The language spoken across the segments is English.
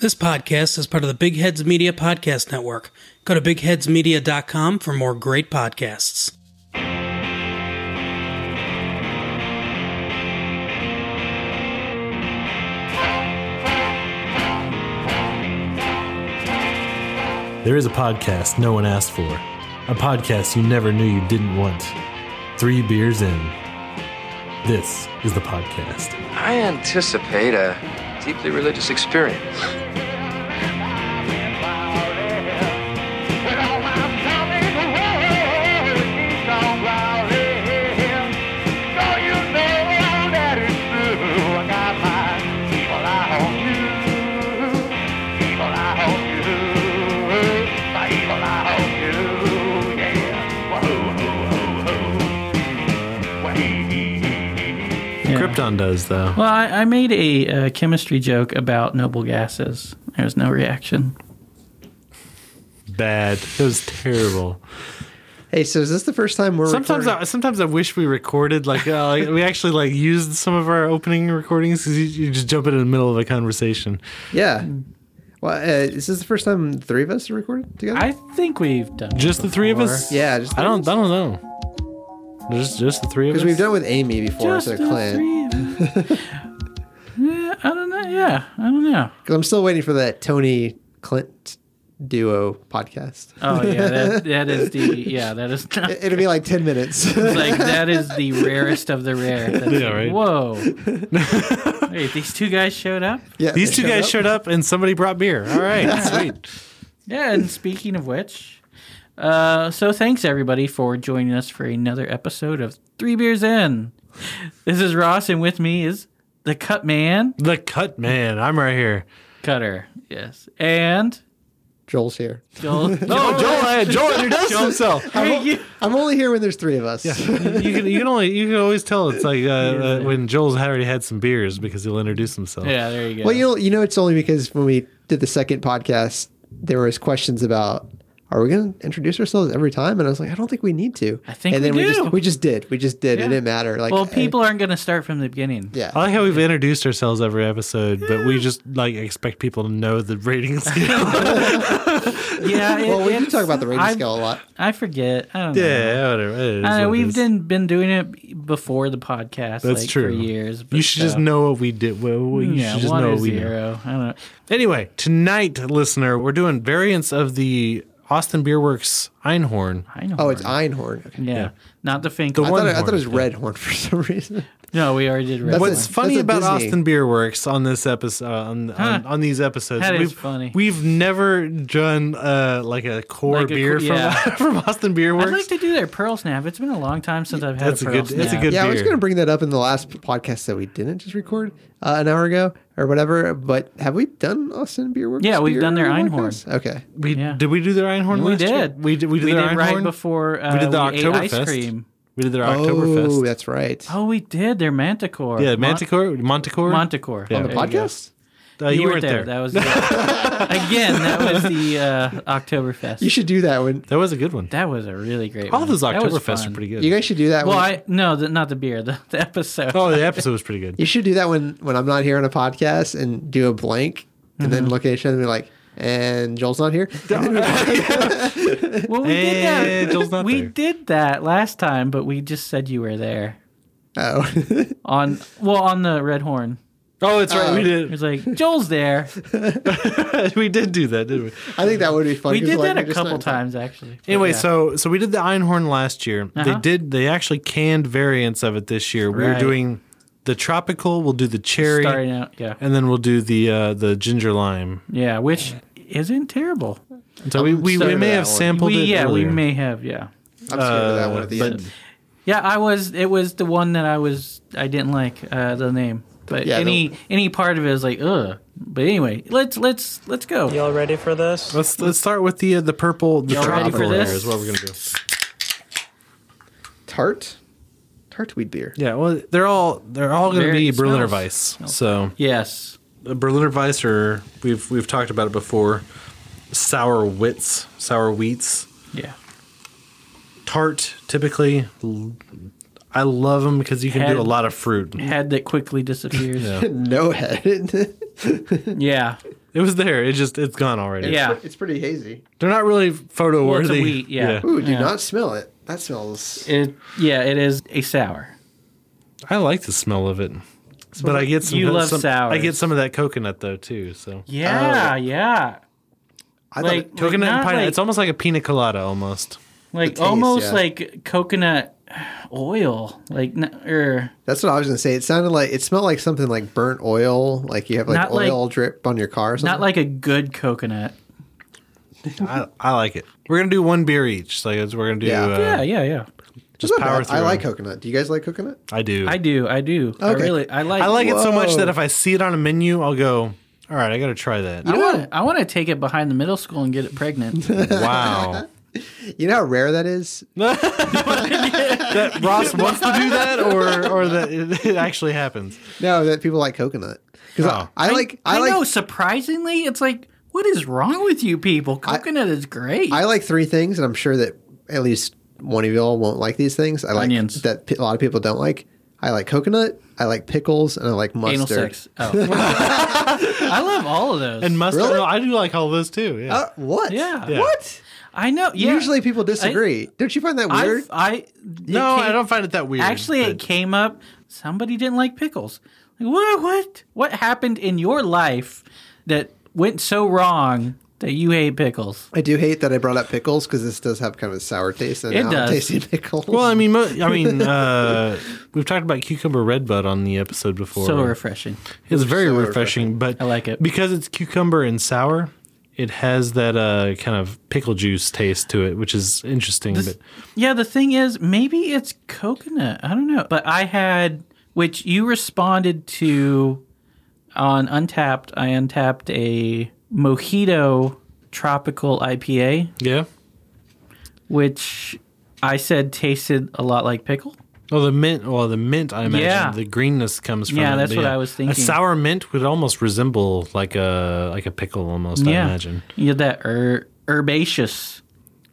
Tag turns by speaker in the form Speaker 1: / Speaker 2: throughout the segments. Speaker 1: This podcast is part of the Big Heads Media Podcast Network. Go to bigheadsmedia.com for more great podcasts.
Speaker 2: There is a podcast no one asked for, a podcast you never knew you didn't want. Three beers in. This is the podcast.
Speaker 3: I anticipate a deeply religious experience.
Speaker 2: Krypton does, though.
Speaker 4: Well, I, I made a uh, chemistry joke about noble gases. There was no reaction.
Speaker 2: Bad. It was terrible.
Speaker 5: Hey, so is this the first time we're
Speaker 2: Sometimes,
Speaker 5: recording?
Speaker 2: I, sometimes I wish we recorded like, uh, like we actually like used some of our opening recordings because you, you just jump in, in the middle of a conversation.
Speaker 5: yeah. Well, uh, is this the first time the three of us are recording together?
Speaker 4: I think we've done
Speaker 2: Just the three of
Speaker 4: before.
Speaker 2: us.
Speaker 5: yeah, just
Speaker 2: I don't. I don't know. Just just the three of us.
Speaker 5: because we've done it with Amy before,
Speaker 4: Just
Speaker 5: so
Speaker 4: the
Speaker 5: Clint.
Speaker 4: three. of us. yeah, I don't know. Yeah, I don't know.
Speaker 5: Because I'm still waiting for that Tony Clint duo podcast.
Speaker 4: Oh yeah, that, that is the yeah that is not,
Speaker 5: It, will be like ten minutes.
Speaker 4: like that is the rarest of the rare. That's
Speaker 2: Yeah,
Speaker 4: like,
Speaker 2: right.
Speaker 4: Whoa. Wait, these two guys showed up.
Speaker 5: yeah,
Speaker 2: These
Speaker 5: they
Speaker 2: two
Speaker 5: showed
Speaker 2: guys
Speaker 5: up.
Speaker 2: showed up and somebody brought beer. All right, sweet.
Speaker 4: Yeah, and speaking of which, uh, so thanks everybody for joining us for another episode of Three Beers In. This is Ross, and with me is the Cut Man
Speaker 2: The cut man. I'm right here.
Speaker 4: Cutter. Yes, and
Speaker 5: Joel's here.
Speaker 4: Joel.
Speaker 2: Oh, Joel, Joel introduced himself.
Speaker 4: Hey, you-
Speaker 5: I'm only here when there's three of us.
Speaker 2: you can you can only you can always tell it's like uh, uh, when Joel's already had some beers because he'll introduce himself.
Speaker 4: yeah, there you go.
Speaker 5: Well, you know, you know, it's only because when we did the second podcast, there was questions about. Are we going to introduce ourselves every time? And I was like, I don't think we need to.
Speaker 4: I think
Speaker 5: and
Speaker 4: we
Speaker 5: then we
Speaker 4: do.
Speaker 5: just we just did. We just did.
Speaker 4: Yeah.
Speaker 5: It didn't matter. Like,
Speaker 4: well,
Speaker 5: I-
Speaker 4: people aren't going to start from the beginning.
Speaker 5: yeah.
Speaker 2: I like how we've introduced ourselves every episode, but we just like expect people to know the rating scale.
Speaker 4: yeah. it-
Speaker 5: well, we do
Speaker 4: it's-
Speaker 5: talk about the rating
Speaker 4: I've-
Speaker 5: scale a lot.
Speaker 4: I forget. I don't know.
Speaker 2: yeah, whatever. It is
Speaker 4: I
Speaker 2: what
Speaker 4: know,
Speaker 2: it
Speaker 4: we've
Speaker 2: is.
Speaker 4: been been doing it before the podcast.
Speaker 2: That's
Speaker 4: like,
Speaker 2: true.
Speaker 4: For years,
Speaker 2: You
Speaker 4: but,
Speaker 2: should
Speaker 4: uh,
Speaker 2: just know what we did. Well, well, you
Speaker 4: yeah,
Speaker 2: should just
Speaker 4: one
Speaker 2: know
Speaker 4: or
Speaker 2: what we did.
Speaker 4: zero. I don't know.
Speaker 2: Anyway, tonight, listener, we're doing variants of the Austin Beer Works Einhorn.
Speaker 4: I know.
Speaker 5: Oh, it's
Speaker 4: Mark.
Speaker 5: Einhorn. Okay.
Speaker 4: Yeah.
Speaker 2: Yeah.
Speaker 4: Not the Fink.
Speaker 2: The
Speaker 5: I,
Speaker 2: one-
Speaker 5: thought it, I thought it was
Speaker 2: horn, yeah.
Speaker 5: Red Horn for some reason.
Speaker 4: no, we already did red.
Speaker 5: That's
Speaker 2: What's
Speaker 5: a-
Speaker 2: funny
Speaker 5: that's a
Speaker 2: about
Speaker 5: Disney.
Speaker 2: Austin Beer Works on this episode on, on, on these episodes?
Speaker 4: That is
Speaker 2: we've,
Speaker 4: funny.
Speaker 2: We've never done uh, like a core
Speaker 4: Like a
Speaker 2: beer
Speaker 4: co-
Speaker 2: from,
Speaker 4: yeah.
Speaker 2: from Austin Beer
Speaker 4: I'd
Speaker 2: Works.
Speaker 4: like to do their Pearl Snap. It's been a long time since I've had
Speaker 2: That's
Speaker 4: a
Speaker 2: a
Speaker 4: Pearl
Speaker 2: good-
Speaker 4: Snap.
Speaker 2: that's a good-
Speaker 5: yeah, I was
Speaker 2: Beer.
Speaker 5: going to bring that up in the last podcast that we didn't just record uh, an hour ago or whatever. But have we done Austin Beer Works?
Speaker 4: Yeah, we've
Speaker 5: beer
Speaker 4: done their
Speaker 5: podcast? Okay.
Speaker 2: we,
Speaker 4: yeah.
Speaker 2: Did we do their Einhorn?
Speaker 4: We
Speaker 2: last year?
Speaker 4: did.
Speaker 2: We did. We did
Speaker 4: We
Speaker 2: their
Speaker 4: did right
Speaker 2: Einhorn?
Speaker 4: before uh,
Speaker 2: we did the
Speaker 4: ate ice
Speaker 2: Oktoberfest.
Speaker 4: cream.
Speaker 2: We did their
Speaker 5: Oh,
Speaker 2: Oktoberfest.
Speaker 5: that's right.
Speaker 4: Oh, we did. Their Manticore.
Speaker 2: Yeah,
Speaker 4: Mon-
Speaker 2: Manticore. Monticore.
Speaker 4: Manticore.
Speaker 2: Yeah.
Speaker 5: on the
Speaker 4: There you go.
Speaker 5: podcast?
Speaker 2: Uh,
Speaker 4: You, weren't there. That was the, again. That was the uh, Oktoberfest.
Speaker 5: You should do that when
Speaker 2: That was a good one.
Speaker 4: that was a really great.
Speaker 2: All
Speaker 4: one.
Speaker 2: those
Speaker 4: That was
Speaker 2: Oktoberfests are
Speaker 4: fun.
Speaker 2: pretty good.
Speaker 5: you guys should do that.
Speaker 4: Well,
Speaker 5: when,
Speaker 4: I no, the, not the beer. The, the episode.
Speaker 2: oh, the episode was pretty good.
Speaker 5: you should do that when when I'm not here on a podcast and do a blank and then
Speaker 4: Mm-hmm.
Speaker 5: look at each other and be like, and Joel's not here. And then-
Speaker 4: Well, we
Speaker 2: Eh,
Speaker 4: did that.
Speaker 2: Joel's not
Speaker 4: we
Speaker 2: there.
Speaker 4: did that last time, but we just said you were there
Speaker 5: oh,
Speaker 4: on well on the Red Horn.
Speaker 2: Oh, that's right. we
Speaker 4: It
Speaker 2: did.
Speaker 4: was like Joel's there.
Speaker 2: we did do that, didn't we?
Speaker 5: I think that would be fun.
Speaker 4: We
Speaker 5: 'cause,
Speaker 4: did
Speaker 5: like,
Speaker 4: that
Speaker 5: we're
Speaker 4: a
Speaker 5: just not
Speaker 4: couple
Speaker 5: in time.
Speaker 4: times actually. But
Speaker 2: Anyway,
Speaker 4: yeah.
Speaker 2: so so we did the Einhorn last year. They
Speaker 4: Uh-huh.
Speaker 2: did they actually canned variants of it this year. We're
Speaker 4: Right.
Speaker 2: doing the tropical, we'll do the cherry,
Speaker 4: starting out, yeah,
Speaker 2: and then we'll do the uh, the ginger lime.
Speaker 4: yeah, which isn't terrible.
Speaker 2: So we, we,
Speaker 5: scared
Speaker 2: we
Speaker 5: of
Speaker 2: may
Speaker 5: that
Speaker 2: have
Speaker 5: one.
Speaker 2: sampled
Speaker 4: We
Speaker 2: it.
Speaker 4: yeah, we
Speaker 2: earlier.
Speaker 4: may have yeah,
Speaker 5: I'm scared of that
Speaker 2: Uh,
Speaker 5: one at the
Speaker 2: but-
Speaker 5: end.
Speaker 4: yeah. I was it was the one that I was I didn't like uh, the name, but
Speaker 5: Yeah,
Speaker 4: any any part of it is like ugh. But anyway, let's let's let's go.
Speaker 6: Y'all ready for this?
Speaker 2: Let's let's start with the uh, the purple the
Speaker 4: Y'all ready
Speaker 2: tropical
Speaker 4: for this?
Speaker 2: layer is what we're gonna do.
Speaker 5: Tart, tart weed beer.
Speaker 2: Yeah, well they're all they're all gonna be
Speaker 4: Variant
Speaker 2: Berliner
Speaker 4: smells.
Speaker 2: Weiss. So
Speaker 4: Yes,
Speaker 2: uh, Berliner Weiss or we've we've talked about it before. Sour wits, sour wheats.
Speaker 4: yeah.
Speaker 2: tart typically. L- I love them because you can
Speaker 4: Had-
Speaker 2: do a lot of fruit.
Speaker 4: Head that quickly disappears.
Speaker 2: Yeah.
Speaker 5: no head.
Speaker 4: Yeah.
Speaker 2: It was there. It just it's gone already.
Speaker 4: Yeah.
Speaker 5: it's pretty hazy.
Speaker 2: They're not really photo
Speaker 4: Well,
Speaker 2: worthy.
Speaker 4: it's a wheat, yeah.
Speaker 5: Ooh, do not smell it. That smells.
Speaker 4: It yeah, it is a sour.
Speaker 2: I like the smell of it. But I get some
Speaker 4: You love
Speaker 2: some-
Speaker 4: sours.
Speaker 2: I get some of that coconut though too, so.
Speaker 4: Yeah, Oh, yeah.
Speaker 5: I thought
Speaker 4: Like
Speaker 5: it-
Speaker 2: Coconut
Speaker 4: like,
Speaker 2: and
Speaker 4: not
Speaker 2: pineapple.
Speaker 4: like-
Speaker 2: it's almost like a pina colada almost.
Speaker 4: like
Speaker 5: taste,
Speaker 4: almost
Speaker 5: yeah.
Speaker 4: like coconut oil, like n- er, or
Speaker 5: that's what I was gonna say. It sounded like it smelled like something like burnt oil, like you have like
Speaker 4: Not like-
Speaker 5: oil drip on your car. Or something.
Speaker 4: not like a good coconut.
Speaker 2: I, I like it. We're gonna do one beer each. Like it's- we're gonna do.
Speaker 5: Yeah.
Speaker 2: uh,
Speaker 4: yeah, yeah, yeah.
Speaker 5: It's
Speaker 2: just
Speaker 5: not
Speaker 2: power
Speaker 5: bad.
Speaker 2: through
Speaker 5: I
Speaker 2: 'em.
Speaker 5: like coconut. Do you guys like coconut?
Speaker 2: I do.
Speaker 4: I do, I do. I
Speaker 5: Okay.
Speaker 4: really, I like.
Speaker 2: I like it so much
Speaker 5: Whoa.
Speaker 2: that if I see it on a menu, I'll go. All right, I gotta try that.
Speaker 4: I want. I want to take it behind the middle school and get it pregnant.
Speaker 2: wow.
Speaker 5: You know how rare that is.
Speaker 2: that Ross wants to do that, or or that it, it actually happens.
Speaker 5: No, that people like coconut because
Speaker 2: Oh.
Speaker 5: I, I like I,
Speaker 4: I,
Speaker 5: like
Speaker 4: know. Surprisingly, it's like, what is wrong with you people? Coconut is great.
Speaker 5: I like three things, and I'm sure that at least one of y'all won't like these things. I like
Speaker 4: Onions.
Speaker 5: that pe- a lot of people don't like. I like coconut. I like pickles, and I like mustard.
Speaker 4: anal sex. Oh. I love all of those.
Speaker 2: And mustard,
Speaker 5: Really?
Speaker 2: I do like all those too. Yeah.
Speaker 5: Uh, what?
Speaker 4: Yeah. Yeah.
Speaker 5: What?
Speaker 4: I know. yeah.
Speaker 5: Usually people disagree. don't you find that weird?
Speaker 4: I've- I it
Speaker 2: no,
Speaker 4: came-
Speaker 2: I don't find it that weird.
Speaker 4: Actually, it
Speaker 2: but-
Speaker 4: came up. Somebody didn't like pickles. Like what? What? What happened in your life that went so wrong that you hate pickles?
Speaker 5: I do hate that I brought up pickles because this does have kind of a sour taste. And
Speaker 4: It
Speaker 5: now I'm
Speaker 4: does.
Speaker 5: tasting pickles.
Speaker 2: well, I mean, mo- I mean, uh, we've talked about cucumber red bud on the episode before.
Speaker 4: So refreshing.
Speaker 2: It's very
Speaker 5: So
Speaker 2: refreshing, but
Speaker 4: I like it.
Speaker 2: because it's cucumber and sour. It has that uh, kind of pickle juice taste to it, which is interesting. but
Speaker 4: Yeah, the thing is, maybe it's coconut. I don't know. But I had, which you responded to on Untapped. I untapped a mojito tropical IPA,
Speaker 2: yeah,
Speaker 4: which I said tasted a lot like pickle.
Speaker 2: oh, the mint. Well, the mint. I imagine
Speaker 4: Yeah.
Speaker 2: the greenness comes from.
Speaker 4: Yeah,
Speaker 2: it,
Speaker 4: that's
Speaker 2: but
Speaker 4: what I was
Speaker 2: A
Speaker 4: thinking.
Speaker 2: sour mint would almost resemble like a like a pickle, almost. I
Speaker 4: yeah,
Speaker 2: imagine
Speaker 4: you had that er, herbaceous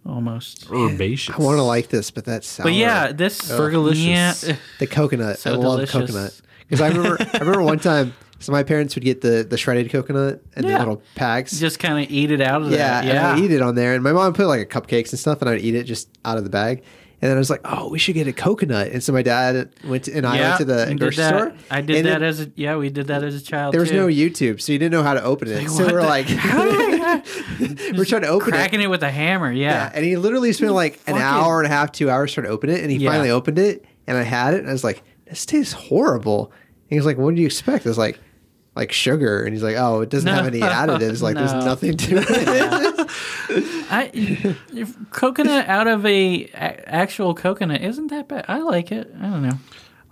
Speaker 4: almost.
Speaker 2: herbaceous.
Speaker 5: I want to like this, but that's sour.
Speaker 4: But yeah, this
Speaker 5: Oh.
Speaker 2: Fergalicious.
Speaker 4: Yeah,
Speaker 5: the coconut.
Speaker 4: So
Speaker 5: I love
Speaker 4: delicious.
Speaker 5: coconut because I remember. I remember one time, so my parents would get the the shredded coconut and
Speaker 4: Yeah.
Speaker 5: the little packs.
Speaker 4: just kind of eat it out of
Speaker 5: Yeah,
Speaker 4: that.
Speaker 5: and
Speaker 4: Yeah,
Speaker 5: I'd eat it on there. And my mom put like a cupcakes and stuff, and I'd eat it just out of the bag. And then I was like, "Oh, we should get a coconut." And so my dad went to, and I
Speaker 4: Yeah,
Speaker 5: went to the
Speaker 4: you did
Speaker 5: grocery
Speaker 4: that.
Speaker 5: store.
Speaker 4: I did
Speaker 5: and
Speaker 4: that
Speaker 5: then
Speaker 4: as a yeah, we did that as a child.
Speaker 5: there was
Speaker 4: too.
Speaker 5: no YouTube, so you didn't know how to open it. so
Speaker 4: what
Speaker 5: we're
Speaker 4: the-
Speaker 5: like, we're trying to open it.
Speaker 4: cracking it with a hammer.
Speaker 5: Yeah,
Speaker 4: Yeah,
Speaker 5: and he literally spent like an
Speaker 4: Fucking-
Speaker 5: hour and a half, two hours trying to open it, and he
Speaker 4: Yeah.
Speaker 5: finally opened it, and I had it, and I was like, "This tastes horrible." And he was like, "What do you expect?" I was like, "Like sugar," and he's like, "Oh, it doesn't have any additives. Like, there's
Speaker 4: No.
Speaker 5: nothing to it."
Speaker 4: I, if coconut out of a, a- actual coconut isn't that bad. I like it. I don't know,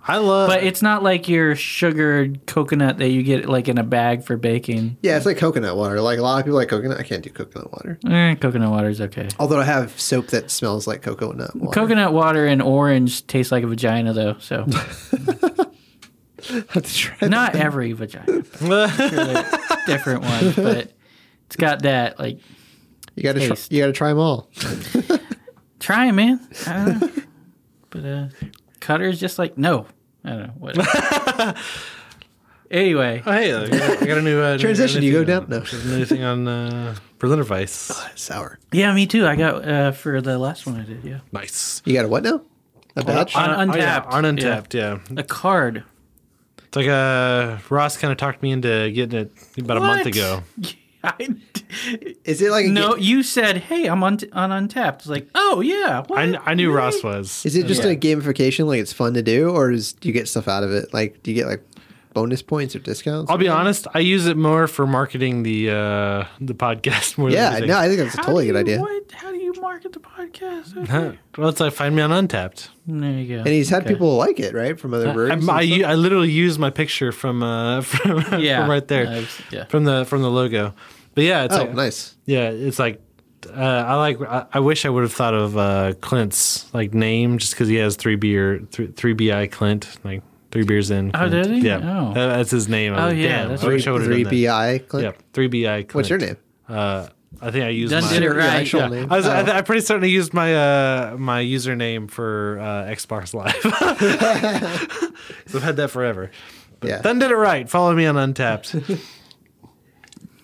Speaker 2: I love.
Speaker 4: but it's not like your sugared coconut that you get like in a bag for baking.
Speaker 5: Yeah, it's like coconut water. Like a lot of people like coconut. I can't do coconut water.
Speaker 4: Eh, coconut water is okay.
Speaker 5: Although I have soap that smells like coconut water.
Speaker 4: Coconut water and orange taste like a vagina though. So
Speaker 5: I have to try that.
Speaker 4: not every vagina, but different ones, but it's got that like.
Speaker 5: you gotta try,
Speaker 4: taste.
Speaker 5: you gotta try them all.
Speaker 4: Try it, man. I don't know. but uh, Cutter's just like, no. I don't know. Whatever. anyway,
Speaker 2: Oh, hey, I got, I got a new uh, new-
Speaker 5: Transition,
Speaker 2: new
Speaker 5: you go
Speaker 2: thing on-
Speaker 5: down- no.
Speaker 2: there's a new thing on uh, Berliner Weiss.
Speaker 5: Sour.
Speaker 4: yeah, me too. I got uh, for the last one I did, yeah.
Speaker 2: Nice.
Speaker 5: You got a what now? A badge.
Speaker 4: On
Speaker 2: Oh, yeah,
Speaker 4: Untapped.
Speaker 2: on Untapped, yeah.
Speaker 4: A card.
Speaker 2: It's like uh, Ross kind of talked me into getting it about a month
Speaker 4: What?
Speaker 2: ago.
Speaker 4: I,
Speaker 5: Is it like a
Speaker 4: no,
Speaker 5: ga-
Speaker 4: you said, hey, I'm on, on Untapped. It's like, oh, yeah. What?
Speaker 2: I, kn- I knew Ross was.
Speaker 5: Is it just
Speaker 4: Yeah.
Speaker 5: a gamification? Like it's fun to do, or is do you get stuff out of it? Like do you get like bonus points or discounts?
Speaker 2: I'll be honest. I use it more for marketing the uh, the podcast more. than
Speaker 5: yeah,
Speaker 2: anything.
Speaker 5: no, I think that's a
Speaker 4: How
Speaker 5: totally
Speaker 4: do
Speaker 5: good
Speaker 4: you-
Speaker 5: idea.
Speaker 4: What? How do you market the podcast?
Speaker 2: Huh. Well, it's like find me on Untapped.
Speaker 4: There you go.
Speaker 5: And he's had
Speaker 4: Okay.
Speaker 5: people like it, right, from other
Speaker 2: I,
Speaker 5: breweries. and
Speaker 2: I,
Speaker 5: stuff?
Speaker 2: u- I literally used my picture from uh from,
Speaker 4: Yeah.
Speaker 2: from right there
Speaker 4: I've- yeah.
Speaker 2: from the from the logo. But yeah, it's
Speaker 5: oh,
Speaker 2: like
Speaker 5: nice.
Speaker 2: yeah, it's like uh, I like. I, I wish I would have thought of uh, Clint's like name just because he has three beer three, three bi Clint like three beers in.
Speaker 4: Oh,
Speaker 2: Clint.
Speaker 4: did he?
Speaker 2: Yeah,
Speaker 4: Oh.
Speaker 2: That- that's his name. I
Speaker 4: Oh,
Speaker 2: was like,
Speaker 4: yeah,
Speaker 2: damn,
Speaker 4: that's
Speaker 2: I wish I would have
Speaker 5: Three
Speaker 2: done that.
Speaker 5: BI. Clint?
Speaker 2: Yeah, three bi. Clint.
Speaker 5: What's your name?
Speaker 2: Uh, I think I used
Speaker 4: Done
Speaker 2: my.
Speaker 4: did it
Speaker 5: Your
Speaker 4: right.
Speaker 5: actual
Speaker 4: Yeah.
Speaker 5: name.
Speaker 2: I was,
Speaker 5: Oh.
Speaker 2: I, I pretty certain I used my uh, my username for uh, Xbox Live. 'Cause I've had that forever. But
Speaker 5: Yeah.
Speaker 2: Done did it right. Follow me on Untapped.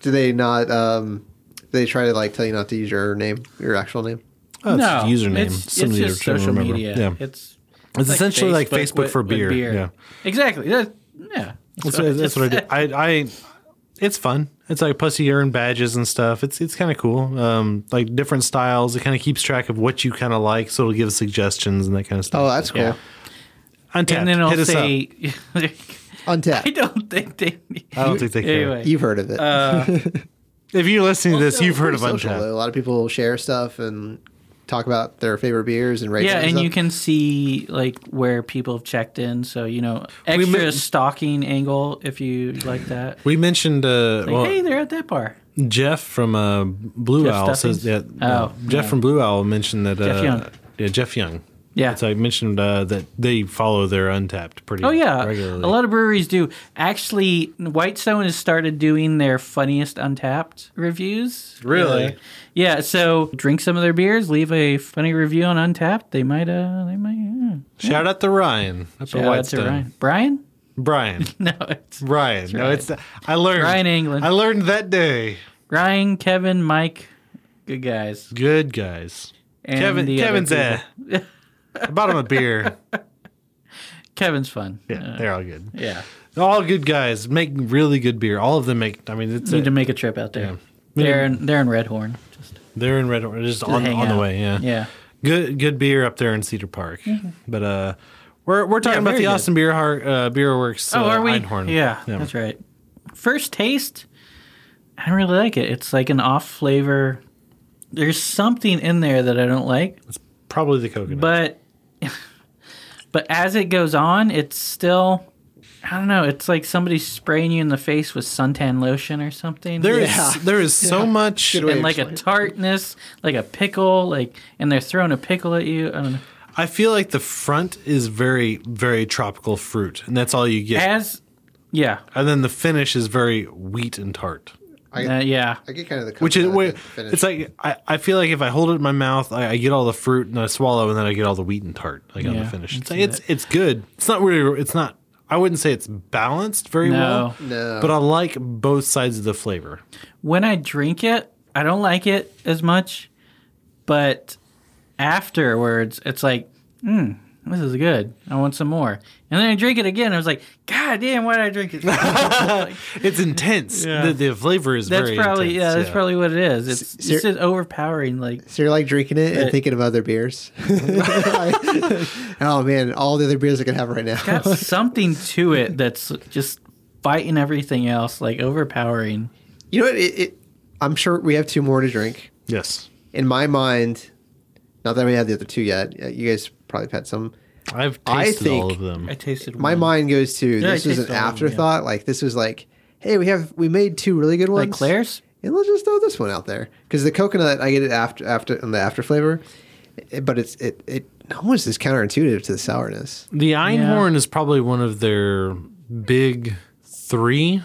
Speaker 5: do they not? Um, they try to like tell you not to use your name, your actual name.
Speaker 2: Oh,
Speaker 4: no,
Speaker 2: it's just a username.
Speaker 4: It's,
Speaker 2: Somebody
Speaker 4: it's just
Speaker 2: to
Speaker 4: social
Speaker 2: remember.
Speaker 4: media.
Speaker 2: Yeah.
Speaker 4: It's
Speaker 2: It's essentially like Facebook
Speaker 4: with-
Speaker 2: for
Speaker 4: with
Speaker 2: beer. Yeah.
Speaker 4: exactly. That, yeah,
Speaker 2: That's, what, that's
Speaker 4: just
Speaker 2: what I do.
Speaker 4: said.
Speaker 2: I, I, it's fun. It's like plus you earn badges and stuff. It's it's kind of cool. Um, like different styles. It kind of keeps track of what you kind of like, so it'll give suggestions and that kind of
Speaker 5: Oh,
Speaker 2: stuff.
Speaker 5: that's cool.
Speaker 4: Yeah.
Speaker 2: Untapped.
Speaker 4: And then
Speaker 2: Hit
Speaker 4: I'll
Speaker 2: us up.
Speaker 4: say, I
Speaker 5: Untapped.
Speaker 4: don't Uh, think they. Need,
Speaker 2: I don't think they care.
Speaker 4: anyway,
Speaker 5: You've heard of it.
Speaker 2: If you're listening to this, you've heard of
Speaker 5: Social,
Speaker 2: Untapped.
Speaker 5: though. A lot of people share stuff and talk about their favorite beers and rate.
Speaker 4: yeah,
Speaker 5: them
Speaker 4: and you
Speaker 5: stuff.
Speaker 4: can see like where people have checked in. So you know, extra
Speaker 2: mi-
Speaker 4: stalking angle if you like that.
Speaker 2: We mentioned uh,
Speaker 4: Like,
Speaker 2: well,
Speaker 4: hey, they're at that bar.
Speaker 2: Jeff from uh, Blue
Speaker 4: Jeff
Speaker 2: Owl says that.
Speaker 4: Steffens?
Speaker 2: uh,
Speaker 4: Oh,
Speaker 2: Jeff
Speaker 4: yeah.
Speaker 2: from Blue Owl mentioned that. Uh,
Speaker 4: Jeff Young.
Speaker 2: Yeah, Jeff Young.
Speaker 4: Yeah.
Speaker 2: So I mentioned uh, that they follow their Untapped pretty.
Speaker 4: Oh yeah,
Speaker 2: regularly.
Speaker 4: a lot of breweries do. Actually, Whitestone has started doing their funniest Untapped reviews.
Speaker 2: Really?
Speaker 4: Yeah. So drink some of their beers, leave a funny review on Untapped. They might. Uh, they might. Yeah.
Speaker 2: Shout out to Ryan. Up
Speaker 4: Shout
Speaker 2: at
Speaker 4: out to
Speaker 2: Whitestone.
Speaker 4: Ryan. Brian?
Speaker 2: Brian.
Speaker 4: No, it's
Speaker 2: Ryan. No, it's I learned
Speaker 4: Ryan England.
Speaker 2: I learned that day.
Speaker 4: Ryan, Kevin, Mike. Good guys.
Speaker 2: Good guys.
Speaker 4: And
Speaker 2: Kevin.
Speaker 4: the other
Speaker 2: Kevin's
Speaker 4: people.
Speaker 2: there. I bought him a beer.
Speaker 4: Kevin's fun.
Speaker 2: Yeah, they're all good.
Speaker 4: Yeah.
Speaker 2: All good guys make really good beer. All of them make. I mean, it's
Speaker 4: Need to
Speaker 2: a,
Speaker 4: make a trip out there.
Speaker 2: Yeah.
Speaker 4: They're in they're in Redhorn. Just
Speaker 2: they're in Red Or- just on,
Speaker 4: hang
Speaker 2: on the
Speaker 4: out.
Speaker 2: way. Yeah.
Speaker 4: yeah.
Speaker 2: Good good beer up there in Cedar Park. But uh, we're we're talking
Speaker 4: Yeah,
Speaker 2: about the
Speaker 4: very good.
Speaker 2: Austin Beer Har- uh, Beer Works.
Speaker 4: Oh,
Speaker 2: uh,
Speaker 4: are we?
Speaker 2: Einhorn.
Speaker 4: Yeah, that's right. First taste, I don't really like it. It's like an off flavor. There's something in there that I don't like,
Speaker 2: Probably the coconut.
Speaker 4: but but as it goes on, it's still I don't know. It's like somebody spraying you in the face with suntan lotion or something.
Speaker 2: there is
Speaker 5: Yeah.
Speaker 2: there is so much.
Speaker 5: Good way
Speaker 4: and
Speaker 5: to
Speaker 4: like a
Speaker 5: explain it.
Speaker 4: tartness, like a pickle, like and they're throwing a pickle at you. I don't know.
Speaker 2: I feel like the front is very very tropical fruit, and that's all you get.
Speaker 4: As yeah,
Speaker 2: and then the finish is very wheat and tart,
Speaker 4: uh, yeah.
Speaker 5: I get kind of the
Speaker 2: which is
Speaker 5: coconut
Speaker 2: where,
Speaker 5: at the finish.
Speaker 2: it's like I, I feel like if I hold it in my mouth, I, I get all the fruit and I swallow, and then I get all the wheat and tart like on the
Speaker 4: Yeah,
Speaker 2: finish.
Speaker 4: I
Speaker 2: It's
Speaker 4: see
Speaker 2: it's, it's good. It's not really. It's not. I wouldn't say it's balanced very
Speaker 4: No.
Speaker 2: well.
Speaker 5: No.
Speaker 2: But I like both sides of the flavor.
Speaker 4: when I drink it, I don't like it as much, but afterwards, it's like, hmm, this is good. I want some more. And then I drink it again. I was like, God damn, why did I drink it? Like,
Speaker 2: It's intense. The, the flavor is
Speaker 4: that's
Speaker 2: very
Speaker 4: probably
Speaker 2: intense,
Speaker 4: yeah, that's probably what it is. It's
Speaker 5: ser-
Speaker 4: it's just overpowering. Like
Speaker 5: So you're like drinking it and
Speaker 4: But-
Speaker 5: thinking of other beers. oh man, all the other beers I can have right now.
Speaker 4: got something to it that's just fighting everything else, like overpowering.
Speaker 5: You know what? It, it, I'm sure we have two more to drink.
Speaker 2: yes.
Speaker 5: In my mind, not that we have the other two yet. uh, You guys probably have had some.
Speaker 2: I've tasted
Speaker 5: I
Speaker 2: all of
Speaker 5: think-
Speaker 2: them.
Speaker 4: I tasted
Speaker 5: My
Speaker 4: one.
Speaker 5: mind goes to
Speaker 4: I
Speaker 5: this was
Speaker 4: taste all of them,
Speaker 5: an
Speaker 4: Mm-hmm. yeah.
Speaker 5: afterthought. Like this was like, hey, we have we made two really good ones.
Speaker 4: like Claire's.
Speaker 5: and let's just throw this one out there because the coconut I get it after after on the after flavor, it- but it's it it almost is counterintuitive to the sourness.
Speaker 2: The Einhorn is probably one of their big three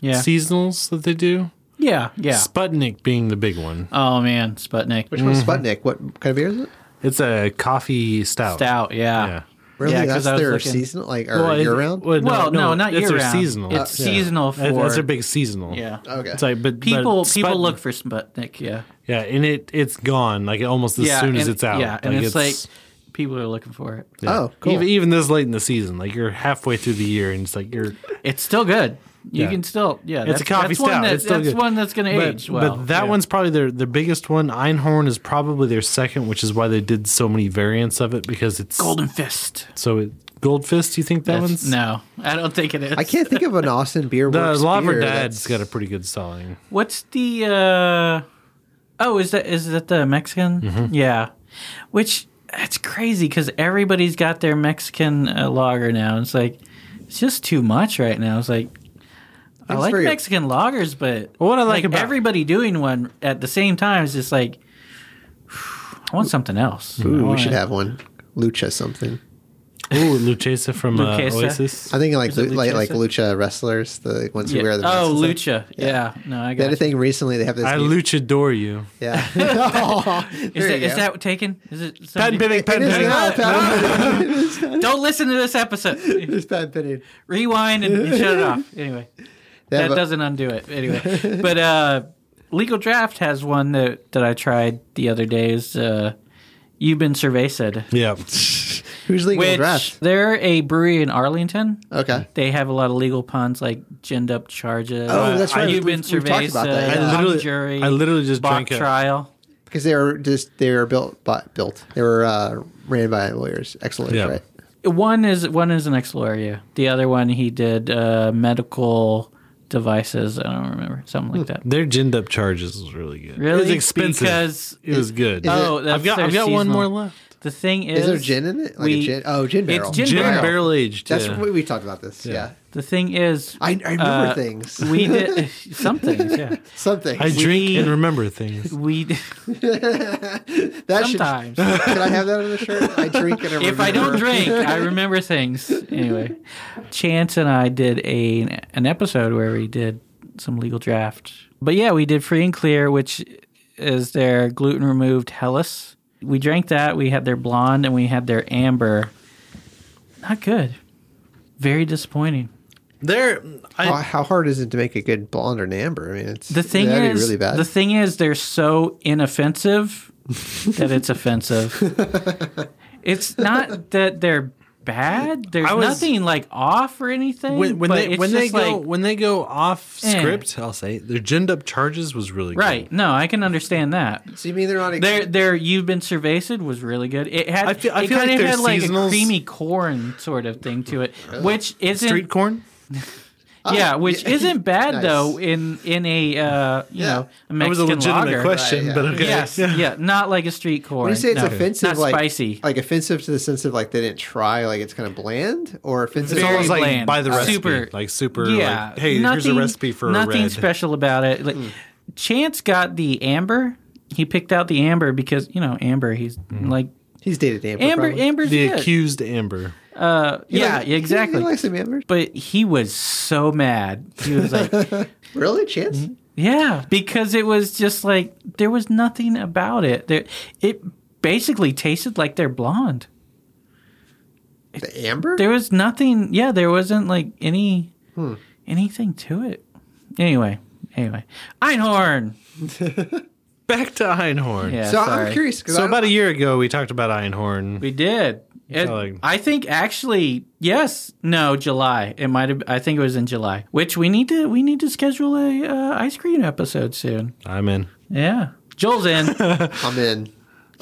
Speaker 4: Yeah,
Speaker 2: seasonals that they do.
Speaker 4: yeah, yeah.
Speaker 2: Sputnik being the big one.
Speaker 4: Oh man, Sputnik
Speaker 5: Which one's Sputnik? Mm-hmm. What kind of beer is it?
Speaker 2: It's a coffee stout.
Speaker 4: Stout. Yeah.
Speaker 2: Yeah.
Speaker 5: Really,
Speaker 4: Yeah, 'cause
Speaker 5: that's
Speaker 4: I was
Speaker 5: their
Speaker 4: looking-
Speaker 5: seasonal, like or
Speaker 2: it-
Speaker 5: year round.
Speaker 2: well,
Speaker 4: Well, no, not
Speaker 2: that's
Speaker 4: year
Speaker 2: their
Speaker 4: round.
Speaker 2: seasonal.
Speaker 4: It's seasonal
Speaker 2: That-
Speaker 4: for-
Speaker 2: That's their big seasonal.
Speaker 4: Yeah.
Speaker 5: okay,
Speaker 2: It's like, but but
Speaker 4: People people
Speaker 2: Sputnik-
Speaker 4: look for Sputnik, yeah.
Speaker 2: Yeah, and it it's gone like almost as
Speaker 4: yeah,
Speaker 2: soon as
Speaker 4: and-
Speaker 2: it's out.
Speaker 4: Yeah, and it's, like people are looking for it.
Speaker 2: yeah.
Speaker 5: Oh, cool.
Speaker 2: Even, even this late in the season, like you're halfway through the year, and it's like you're
Speaker 4: It's still good. You
Speaker 2: Yeah.
Speaker 4: can still yeah.
Speaker 2: It's a coffee
Speaker 4: that's
Speaker 2: stout.
Speaker 4: One that,
Speaker 2: It's still
Speaker 4: that's
Speaker 2: good.
Speaker 4: one that's gonna
Speaker 2: but,
Speaker 4: age well.
Speaker 2: but that
Speaker 4: yeah.
Speaker 2: one's probably their their biggest one. Einhorn is probably their second, which is why they did so many variants of it because it's
Speaker 4: Golden Fist.
Speaker 2: So it, Goldfist, you think that
Speaker 4: That's-
Speaker 2: one's
Speaker 4: no, I don't think it is.
Speaker 5: I can't think of an Austin beer.
Speaker 2: The
Speaker 5: Works
Speaker 2: Lava
Speaker 5: beer
Speaker 2: Dad's
Speaker 5: that's-
Speaker 2: got a pretty good selling.
Speaker 4: What's the uh Oh, is that is that the Mexican?
Speaker 2: Mm-hmm.
Speaker 4: Yeah. Which that's crazy cuz everybody's got their Mexican uh, lager now. It's like it's just too much right now. It's like I
Speaker 5: It's
Speaker 4: like
Speaker 5: very-
Speaker 4: Mexican lagers, but
Speaker 2: Well, what I like about-
Speaker 4: everybody doing one at the same time is just like I want something else. I
Speaker 5: Ooh, we
Speaker 4: want-
Speaker 5: should have one. Lucha something.
Speaker 2: Ooh, Lucchesa from uh,
Speaker 4: Lucchesa.
Speaker 2: Oasis.
Speaker 5: I think like
Speaker 4: it
Speaker 5: lu- like
Speaker 4: Lucha
Speaker 5: like
Speaker 4: something?
Speaker 5: lucha wrestlers, the ones
Speaker 4: yeah.
Speaker 5: who wear the masks
Speaker 4: Oh,
Speaker 5: and
Speaker 4: lucha.
Speaker 5: stuff.
Speaker 4: Yeah. No, I
Speaker 5: The
Speaker 4: got.
Speaker 5: other
Speaker 4: It.
Speaker 5: thing recently they have this.
Speaker 2: I
Speaker 5: new-
Speaker 2: luchador you.
Speaker 5: yeah. oh,
Speaker 4: Is,
Speaker 5: there
Speaker 4: that,
Speaker 5: you
Speaker 4: is
Speaker 5: go.
Speaker 4: that taken? Is it
Speaker 2: Pen
Speaker 4: somebody-
Speaker 2: pinning, pen
Speaker 5: It is
Speaker 2: pinning.
Speaker 5: now, Pat.
Speaker 4: Don't listen to this episode.
Speaker 5: It's Pat Penny.
Speaker 4: Rewind and shut it off. Anyway,
Speaker 5: They
Speaker 4: that
Speaker 5: have a-
Speaker 4: doesn't undo it anyway. but uh, legal draft has one that that I tried the other day. Is uh, you've been cerveced,
Speaker 2: Yeah.
Speaker 5: Who's legal
Speaker 4: which
Speaker 5: draft?
Speaker 4: they're a brewery in Arlington.
Speaker 5: Okay.
Speaker 4: They have a lot of legal puns like ginned up charges. Uh,
Speaker 5: Oh, that's right.
Speaker 4: You've
Speaker 5: We-
Speaker 4: been
Speaker 5: we- we've talked
Speaker 4: cerveced.
Speaker 5: about that, yeah.
Speaker 4: hung
Speaker 2: I literally-
Speaker 4: jury.
Speaker 2: I literally just
Speaker 4: Bach
Speaker 2: drank a-
Speaker 4: trial.
Speaker 5: Because they were just they were built by, built. They were uh, ran by lawyers, ex lawyers,
Speaker 2: Yeah.
Speaker 5: right?
Speaker 4: One is one is an explorer. Yeah. The other one he did uh, medical devices. I don't remember something like that.
Speaker 2: Their ginned up charges was really good.
Speaker 4: Really?
Speaker 2: It was expensive.
Speaker 4: Because-
Speaker 2: it was good.
Speaker 4: Oh, that's
Speaker 2: I've got
Speaker 4: their
Speaker 2: I've got one
Speaker 4: seasonal.
Speaker 2: more left.
Speaker 4: The thing is,
Speaker 5: Is there gin in it? Like a
Speaker 4: we-
Speaker 5: gin? Oh, gin barrel.
Speaker 4: gin
Speaker 2: Gin
Speaker 4: barrel.
Speaker 2: barrel aged.
Speaker 5: That's
Speaker 2: yeah.
Speaker 5: we, we talked about this. Yeah,
Speaker 4: The thing is,
Speaker 5: I, I remember
Speaker 4: uh,
Speaker 5: things.
Speaker 4: we did some things. Yeah,
Speaker 5: Some things.
Speaker 2: I drink
Speaker 4: we-
Speaker 2: and remember things.
Speaker 4: we d-
Speaker 5: that should-
Speaker 4: sometimes.
Speaker 5: Can I have that on the shirt? I drink and I
Speaker 4: if I don't
Speaker 5: remember.
Speaker 4: drink, I remember things. Anyway, Chance and I did a an episode where we did some legal draft. But yeah, we did free and clear, which is their gluten removed Hellas. We drank that. We had their blonde and we had their amber. Not good. Very disappointing.
Speaker 2: There, I,
Speaker 5: How, how hard is it to make a good blonde or an amber? I mean, it's
Speaker 4: The thing
Speaker 5: that'd be
Speaker 4: is,
Speaker 5: really bad.
Speaker 4: the thing is, they're so inoffensive that it's offensive. It's not that they're bad. There's
Speaker 2: I was-
Speaker 4: nothing like off or anything.
Speaker 2: when, when
Speaker 4: but
Speaker 2: they
Speaker 4: it's
Speaker 2: when they
Speaker 4: just
Speaker 2: go
Speaker 4: like,
Speaker 2: when they go off
Speaker 4: Eh.
Speaker 2: script, I'll say their ginned up charges was really
Speaker 4: right? No, I can understand that.
Speaker 5: so you mean they're not?
Speaker 4: Their their you've been cerveced was really good. It had
Speaker 2: I feel- I
Speaker 4: it
Speaker 2: feel
Speaker 4: kind
Speaker 2: like
Speaker 4: of
Speaker 2: their
Speaker 4: had like a
Speaker 2: seasonals-
Speaker 4: creamy corn sort of thing to it, which
Speaker 2: good.
Speaker 4: isn't
Speaker 2: Street corn.
Speaker 4: yeah, which
Speaker 5: yeah.
Speaker 4: isn't bad
Speaker 5: Nice.
Speaker 4: though in in a uh, you
Speaker 5: Yeah.
Speaker 4: know a
Speaker 2: That was a
Speaker 4: Mexican
Speaker 2: legitimate
Speaker 4: lager.
Speaker 2: question,
Speaker 5: Right,
Speaker 2: but
Speaker 5: yeah.
Speaker 2: okay.
Speaker 4: Yes,
Speaker 2: Yeah.
Speaker 4: yeah. not like a street corn.
Speaker 5: When you say it's
Speaker 4: no.
Speaker 5: offensive,
Speaker 4: not
Speaker 5: like
Speaker 4: spicy.
Speaker 5: like offensive to the sense of like they didn't try, like it's kind of bland, or offensive.
Speaker 2: It's
Speaker 4: Very
Speaker 2: almost like
Speaker 4: bland.
Speaker 2: by the recipe,
Speaker 4: Super-
Speaker 2: like super.
Speaker 4: yeah,
Speaker 2: like, hey, here's a
Speaker 4: nothing-
Speaker 2: recipe for a
Speaker 4: nothing
Speaker 2: red.
Speaker 4: special about it. Like,
Speaker 5: Hmm.
Speaker 4: Chance got the amber. He picked out the amber because you know amber. He's like
Speaker 5: he's dated amber.
Speaker 4: amber.
Speaker 5: probably.
Speaker 4: Amber's
Speaker 2: Hmm. the
Speaker 4: good.
Speaker 2: accused Amber.
Speaker 4: Uh, yeah,
Speaker 5: Like,
Speaker 4: exactly.
Speaker 5: He likes some amber.
Speaker 4: but he was so mad. He was like,
Speaker 5: Really, chance?
Speaker 4: Mm-hmm. Yeah, because it was just like there was nothing about it. There, it basically tasted like they're blonde.
Speaker 5: The amber?
Speaker 4: There was nothing. Yeah, there wasn't like any
Speaker 2: Hmm.
Speaker 4: anything to it. Anyway, anyway, Einhorn.
Speaker 2: Back to Einhorn.
Speaker 4: Yeah,
Speaker 5: so
Speaker 4: sorry.
Speaker 5: I'm curious. 'cause
Speaker 2: So
Speaker 5: I don't-
Speaker 2: about a year ago, we talked about Einhorn.
Speaker 4: We did. It-
Speaker 2: like-
Speaker 4: I think actually, yes, no, July. It might have. I think it was in July. Which we need to we need to schedule a uh, ice cream episode soon.
Speaker 2: I'm in.
Speaker 4: Yeah, Joel's in.
Speaker 5: I'm in.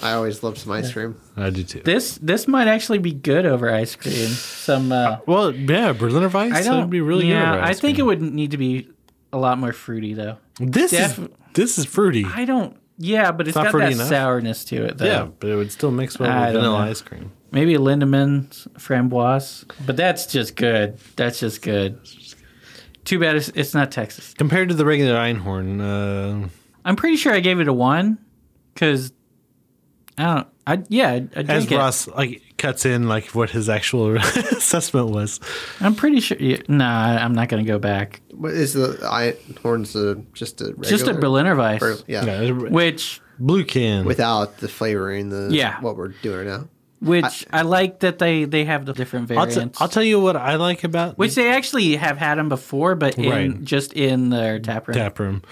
Speaker 5: I always love some ice cream.
Speaker 2: I do too.
Speaker 4: This this might actually be good over ice cream. Some uh,
Speaker 2: Well, yeah, Berliner Weiss.
Speaker 4: I
Speaker 2: that
Speaker 4: don't
Speaker 2: would be really
Speaker 4: yeah,
Speaker 2: good.
Speaker 4: I think it would need to be a lot more fruity though.
Speaker 2: would. This is
Speaker 4: def-
Speaker 2: this is fruity.
Speaker 4: I don't. Yeah, but it's
Speaker 2: not
Speaker 4: got that
Speaker 2: fruity enough.
Speaker 4: sourness to it though.
Speaker 2: yeah, but it would still mix well
Speaker 4: I
Speaker 2: with
Speaker 4: don't
Speaker 2: vanilla
Speaker 4: know.
Speaker 2: ice cream.
Speaker 4: Maybe Lindemann's framboise, but that's just good. That's just good. Too bad it's, it's not Texas.
Speaker 2: Compared to the regular Einhorn, uh,
Speaker 4: I'm pretty sure I gave it a one because I don't. I yeah. I, I
Speaker 2: as
Speaker 4: drink it.
Speaker 2: Ross like cuts in like what his actual assessment was.
Speaker 4: I'm pretty sure. Yeah, nah, I'm not gonna go back.
Speaker 5: What is the I horns? A, just a regular,
Speaker 4: Just a Berliner Weiss,
Speaker 5: Or- yeah,
Speaker 2: Yeah,
Speaker 4: which
Speaker 2: blue can.
Speaker 5: without the flavoring. The
Speaker 4: Yeah.
Speaker 5: what we're doing right now.
Speaker 4: Which I, like that they they have the different
Speaker 2: I'll,
Speaker 4: variants.
Speaker 2: t- I'll tell you what I like about
Speaker 4: which they actually have had them before, but in,
Speaker 2: Right.
Speaker 4: just in their tap room.
Speaker 2: tap room.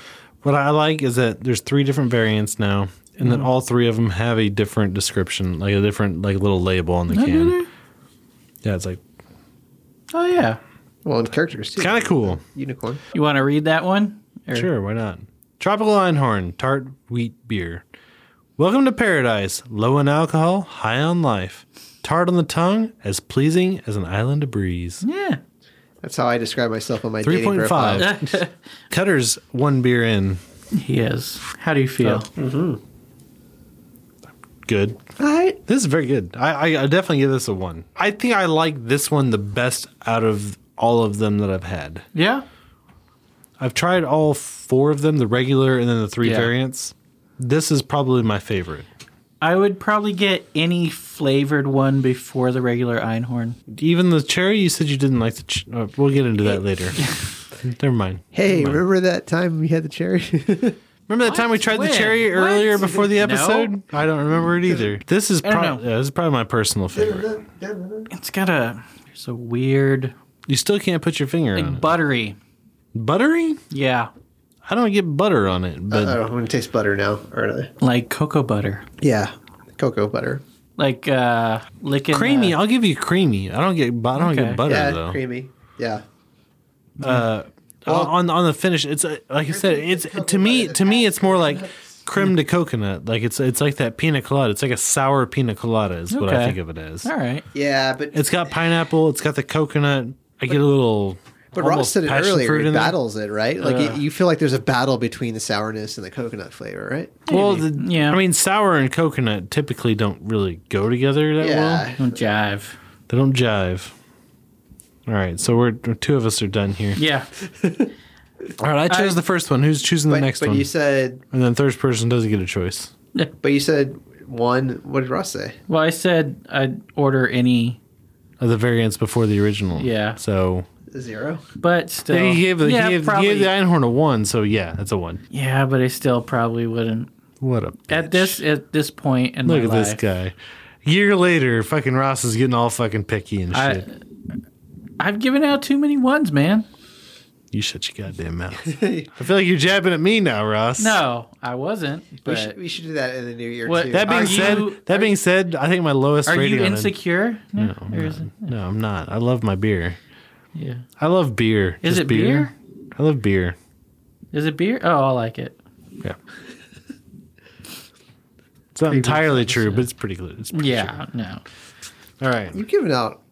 Speaker 2: What I like is that there's three different variants now, and
Speaker 4: Mm-hmm.
Speaker 2: that all three of them have a different description, like a different like little label on the can. Yeah, it's like
Speaker 4: Oh yeah,
Speaker 5: Well, and characters too.
Speaker 2: kind of cool.
Speaker 5: Unicorn.
Speaker 4: you want to read that one? Or-
Speaker 2: Sure, why not? Tropical Einhorn Tart Wheat Beer. Welcome to paradise. Low in alcohol, high on life. Tart on the tongue, as pleasing as an island of breeze.
Speaker 4: Yeah.
Speaker 5: That's how I describe myself on my
Speaker 2: Three
Speaker 5: dating
Speaker 2: point
Speaker 5: profile.
Speaker 2: five. Cutters one beer in.
Speaker 4: He is. mm. How do you feel?
Speaker 2: Good.
Speaker 5: I
Speaker 2: This is very good. I, I, I definitely give this a one. I think I like this one the best out of all of them that I've had.
Speaker 4: yeah.
Speaker 2: I've tried all four of them, the regular and then the three
Speaker 4: Yeah.
Speaker 2: variants. This is probably my favorite.
Speaker 4: I would probably get any flavored one before the regular Einhorn.
Speaker 2: Even the cherry, you said you didn't like the. Ch- uh, we'll get into that later. Never mind.
Speaker 5: hey, remember that time we had the cherry?
Speaker 2: Remember that time we
Speaker 4: What?
Speaker 2: tried
Speaker 4: When?
Speaker 2: the cherry
Speaker 4: What?
Speaker 2: earlier before the
Speaker 4: No.
Speaker 2: episode? I don't remember it either. This is
Speaker 4: I don't
Speaker 2: pro-
Speaker 4: know.
Speaker 2: yeah, this is probably my personal favorite.
Speaker 4: It's got a there's a weird
Speaker 2: You still can't put your finger on
Speaker 4: like
Speaker 2: it.
Speaker 4: buttery
Speaker 2: Buttery?
Speaker 4: Yeah,
Speaker 2: I don't get butter on it, but
Speaker 5: Oh, I'm gonna taste butter now, aren't I?
Speaker 4: like cocoa butter,
Speaker 5: Yeah, cocoa butter.
Speaker 4: like uh, licking
Speaker 2: creamy.
Speaker 4: uh,
Speaker 2: I'll give you creamy. I don't get. bu- I don't
Speaker 4: Okay.
Speaker 2: get butter
Speaker 5: Yeah,
Speaker 2: though.
Speaker 5: creamy. Yeah,
Speaker 2: On- on on the finish, it's uh, like I said. It's to me. To me, it's more like creme de coconut. Like it's it's like that pina colada. It's like a sour pina colada. Is what I
Speaker 4: Okay.
Speaker 2: think of it as.
Speaker 4: All right.
Speaker 5: yeah, but
Speaker 2: It's got pineapple. It's got the coconut. I get a little.
Speaker 5: but Ross
Speaker 2: almost
Speaker 5: said it
Speaker 2: passion
Speaker 5: earlier.
Speaker 2: fruit
Speaker 5: It
Speaker 2: in there. Uh.
Speaker 5: battles it, right? Like it, you feel like there's a battle between the sourness and the coconut flavor, right?
Speaker 2: Well, the,
Speaker 4: Yeah.
Speaker 2: I mean, sour and coconut typically don't really go together that well.
Speaker 5: Yeah,
Speaker 4: Don't jive.
Speaker 2: They don't jive. All right, so we're two of us are done here.
Speaker 4: Yeah.
Speaker 2: All right, I chose
Speaker 4: I-
Speaker 2: the first one. Who's choosing
Speaker 5: but,
Speaker 2: the next
Speaker 5: but
Speaker 2: one?
Speaker 5: you said,
Speaker 2: and then third person doesn't get a choice.
Speaker 5: but you said one. What did Ross say?
Speaker 4: Well, I said I'd order any,
Speaker 2: Uh, the variants before the original.
Speaker 4: Yeah.
Speaker 2: So
Speaker 5: Zero.
Speaker 4: but still,
Speaker 2: he gave, the
Speaker 4: yeah,
Speaker 2: he, gave, he
Speaker 4: probably,
Speaker 2: gave the Einhorn a one. So yeah, that's a one.
Speaker 4: yeah, but I still probably wouldn't
Speaker 2: What a
Speaker 4: at this at this point in
Speaker 2: look
Speaker 4: my
Speaker 2: at this
Speaker 4: life,
Speaker 2: guy. Year later, fucking Ross is getting all fucking picky and
Speaker 4: I-
Speaker 2: shit.
Speaker 4: I've given out too many ones, man.
Speaker 2: you shut your goddamn mouth. I feel like you're jabbing at me now, Ross.
Speaker 4: No, I wasn't.
Speaker 5: We
Speaker 4: But
Speaker 5: should, we should do that in the new year
Speaker 4: What-
Speaker 5: too.
Speaker 2: That being
Speaker 4: Are
Speaker 2: said,
Speaker 4: you-
Speaker 2: that being said, I think my lowest
Speaker 4: are
Speaker 2: rating
Speaker 4: you
Speaker 2: on it-
Speaker 4: insecure? No, or is it-
Speaker 2: No, I'm not. I love my beer.
Speaker 4: yeah.
Speaker 2: I love beer.
Speaker 4: Is
Speaker 2: Just
Speaker 4: it beer?
Speaker 2: I love beer.
Speaker 4: Is it beer? Oh, I like it.
Speaker 2: Yeah. It's not entirely true, but it's pretty good. It's pretty
Speaker 4: Yeah, no.
Speaker 2: true. All right.
Speaker 5: You've given out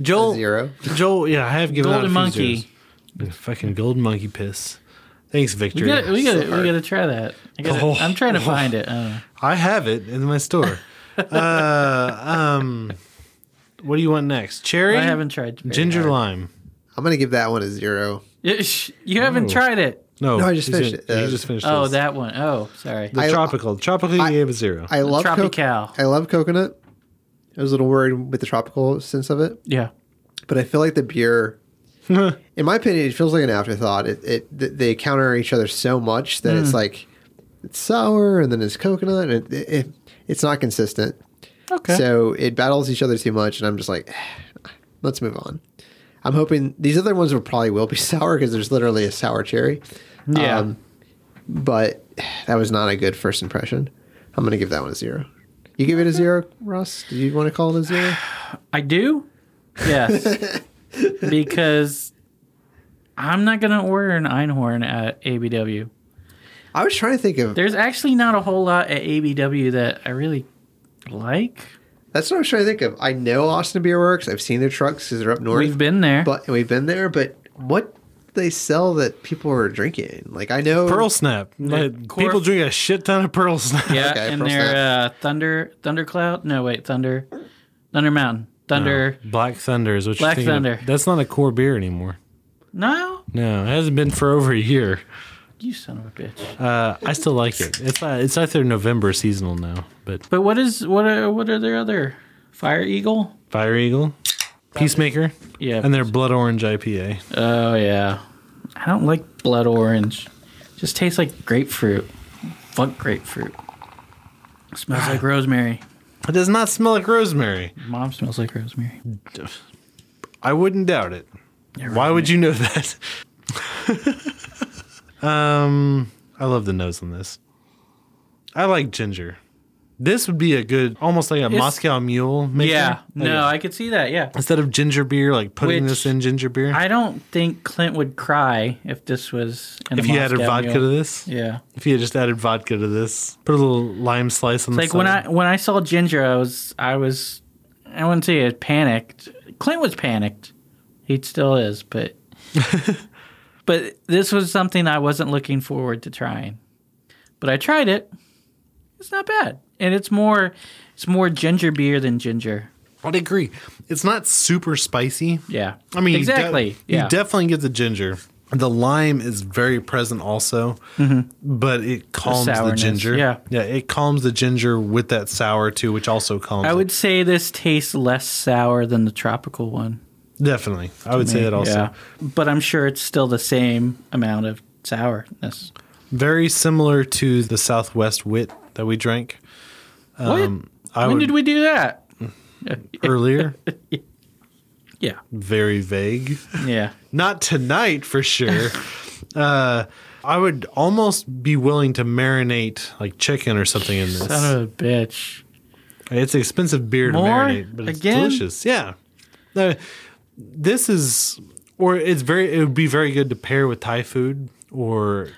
Speaker 2: Joel.
Speaker 5: zero.
Speaker 2: Joel, yeah, I have given out a
Speaker 4: Golden
Speaker 2: few
Speaker 4: Monkey.
Speaker 2: zeros. Fucking golden monkey piss. Thanks, Victor.
Speaker 4: We got we got
Speaker 5: hard.
Speaker 4: we got to try that. I gotta,
Speaker 2: Oh.
Speaker 4: I'm trying to find it. I don't know.
Speaker 2: I have it in my store. uh, um, what do you want next? Cherry?
Speaker 4: I haven't tried very
Speaker 2: Ginger
Speaker 4: hard.
Speaker 2: lime.
Speaker 5: I'm gonna give that one a zero.
Speaker 4: Yeah, sh- You
Speaker 2: Oh.
Speaker 4: haven't tried it.
Speaker 2: No,
Speaker 5: No, I just
Speaker 2: he's
Speaker 5: finished
Speaker 2: in-
Speaker 5: it.
Speaker 2: You
Speaker 5: Uh,
Speaker 2: just finished.
Speaker 4: Oh,
Speaker 2: this.
Speaker 4: that one. Oh, sorry.
Speaker 2: the
Speaker 5: I-
Speaker 2: tropical. Tropical,
Speaker 5: I-
Speaker 2: you gave a zero.
Speaker 5: I love co-
Speaker 4: Tropical.
Speaker 5: I love coconut. I was a little worried with the tropical sense of it,
Speaker 4: Yeah.
Speaker 5: but I feel like the beer, in my opinion, it feels like an afterthought. It, it th- they counter each other so much that
Speaker 4: Hmm.
Speaker 5: it's like it's sour and then it's coconut and it, it, it's not consistent.
Speaker 4: Okay.
Speaker 5: So it battles each other too much, and I'm just like, "Eh, let's move on. I'm hoping these other ones will probably will be sour because there's literally a sour cherry.
Speaker 4: Yeah.
Speaker 5: but that was not a good first impression. I'm gonna give that one a zero. You give it a zero, Ross? Do you want to call it a zero?
Speaker 4: I do? Yes. because I'm not going to order an Einhorn at ABW.
Speaker 5: I was trying to think of.
Speaker 4: There's actually not a whole lot at ABW that I really like.
Speaker 5: That's what I was trying to think of. I know Austin Beer Works. I've seen their trucks because they're up north.
Speaker 4: We've been there.
Speaker 5: but and we've been there. But what they sell that people are drinking? Like I know
Speaker 2: Pearl snap. Like,
Speaker 4: Cor-
Speaker 2: people drink a shit ton of pearl snap.
Speaker 4: yeah,
Speaker 5: Okay,
Speaker 4: and
Speaker 5: Pearl
Speaker 4: their uh,
Speaker 5: Snap.
Speaker 4: Thunder Thundercloud. No, wait, Thunder Thunder Mountain. Thunder
Speaker 2: Black Thunder is what
Speaker 4: Black
Speaker 2: you're thinking of.
Speaker 4: Thunder.
Speaker 2: That's not a core beer anymore.
Speaker 4: No?
Speaker 2: No, it hasn't been for over a year.
Speaker 4: You son of a bitch.
Speaker 2: Uh, I still like it. It's uh, it's like their November seasonal now. But
Speaker 4: But what is what are what are their other Fire Eagle?
Speaker 2: Fire Eagle, Peacemaker,
Speaker 4: Yeah.
Speaker 2: and their Blood Orange IPA.
Speaker 4: Oh yeah. I don't like blood orange. Just tastes like grapefruit. Fuck grapefruit. Smells like rosemary.
Speaker 2: It does not smell like rosemary.
Speaker 4: Mom smells like rosemary.
Speaker 2: I wouldn't doubt it. Why would you know that? um, I love the nose on this. I like ginger. This would be a good, almost like a Moscow Mule. Maker.
Speaker 4: Yeah.
Speaker 2: Like
Speaker 4: No,
Speaker 2: a-
Speaker 4: I could see that. Yeah.
Speaker 2: instead of ginger beer, like putting
Speaker 4: Which
Speaker 2: this in ginger beer.
Speaker 4: I don't think Clint would cry if this was in
Speaker 2: if
Speaker 4: a
Speaker 2: you added
Speaker 4: Moscow
Speaker 2: vodka
Speaker 4: Mule.
Speaker 2: to this,
Speaker 4: Yeah.
Speaker 2: if you had just added vodka to this, put a little lime slice on the
Speaker 4: Like when
Speaker 2: side.
Speaker 4: I when I saw Ginger, I was I was I wouldn't say I panicked. Clint was panicked. He still is, but but this was something I wasn't looking forward to trying. But I tried it. It's not bad, and it's more it's more ginger beer than ginger.
Speaker 2: I'd agree. It's not super spicy.
Speaker 4: Yeah,
Speaker 2: I mean, you de-
Speaker 4: exactly.
Speaker 2: You,
Speaker 4: yeah,
Speaker 2: definitely get the ginger. The lime is very present also, but it calms the,
Speaker 4: Mm-hmm. sourness,
Speaker 2: ginger.
Speaker 4: yeah.
Speaker 2: yeah, it calms the ginger with that sour too, which also calms.
Speaker 4: I
Speaker 2: it.
Speaker 4: would say this tastes less sour than the tropical one.
Speaker 2: definitely. I would say that also.
Speaker 4: Yeah, but I'm sure it's still the same amount of sourness.
Speaker 2: Very similar to the Southwest Wit that we drank
Speaker 4: What?
Speaker 2: I
Speaker 4: when
Speaker 2: would-
Speaker 4: did we do that?
Speaker 2: earlier.
Speaker 4: Yeah.
Speaker 2: very vague.
Speaker 4: Yeah.
Speaker 2: Not tonight for sure. uh, I would almost be willing to marinate like chicken or something in this.
Speaker 4: Son of a bitch.
Speaker 2: It's an expensive beer to
Speaker 4: More?
Speaker 2: marinate, but it's
Speaker 4: Again?
Speaker 2: delicious. Yeah. Uh, this is, or it's very, it would be very good to pair with Thai food or.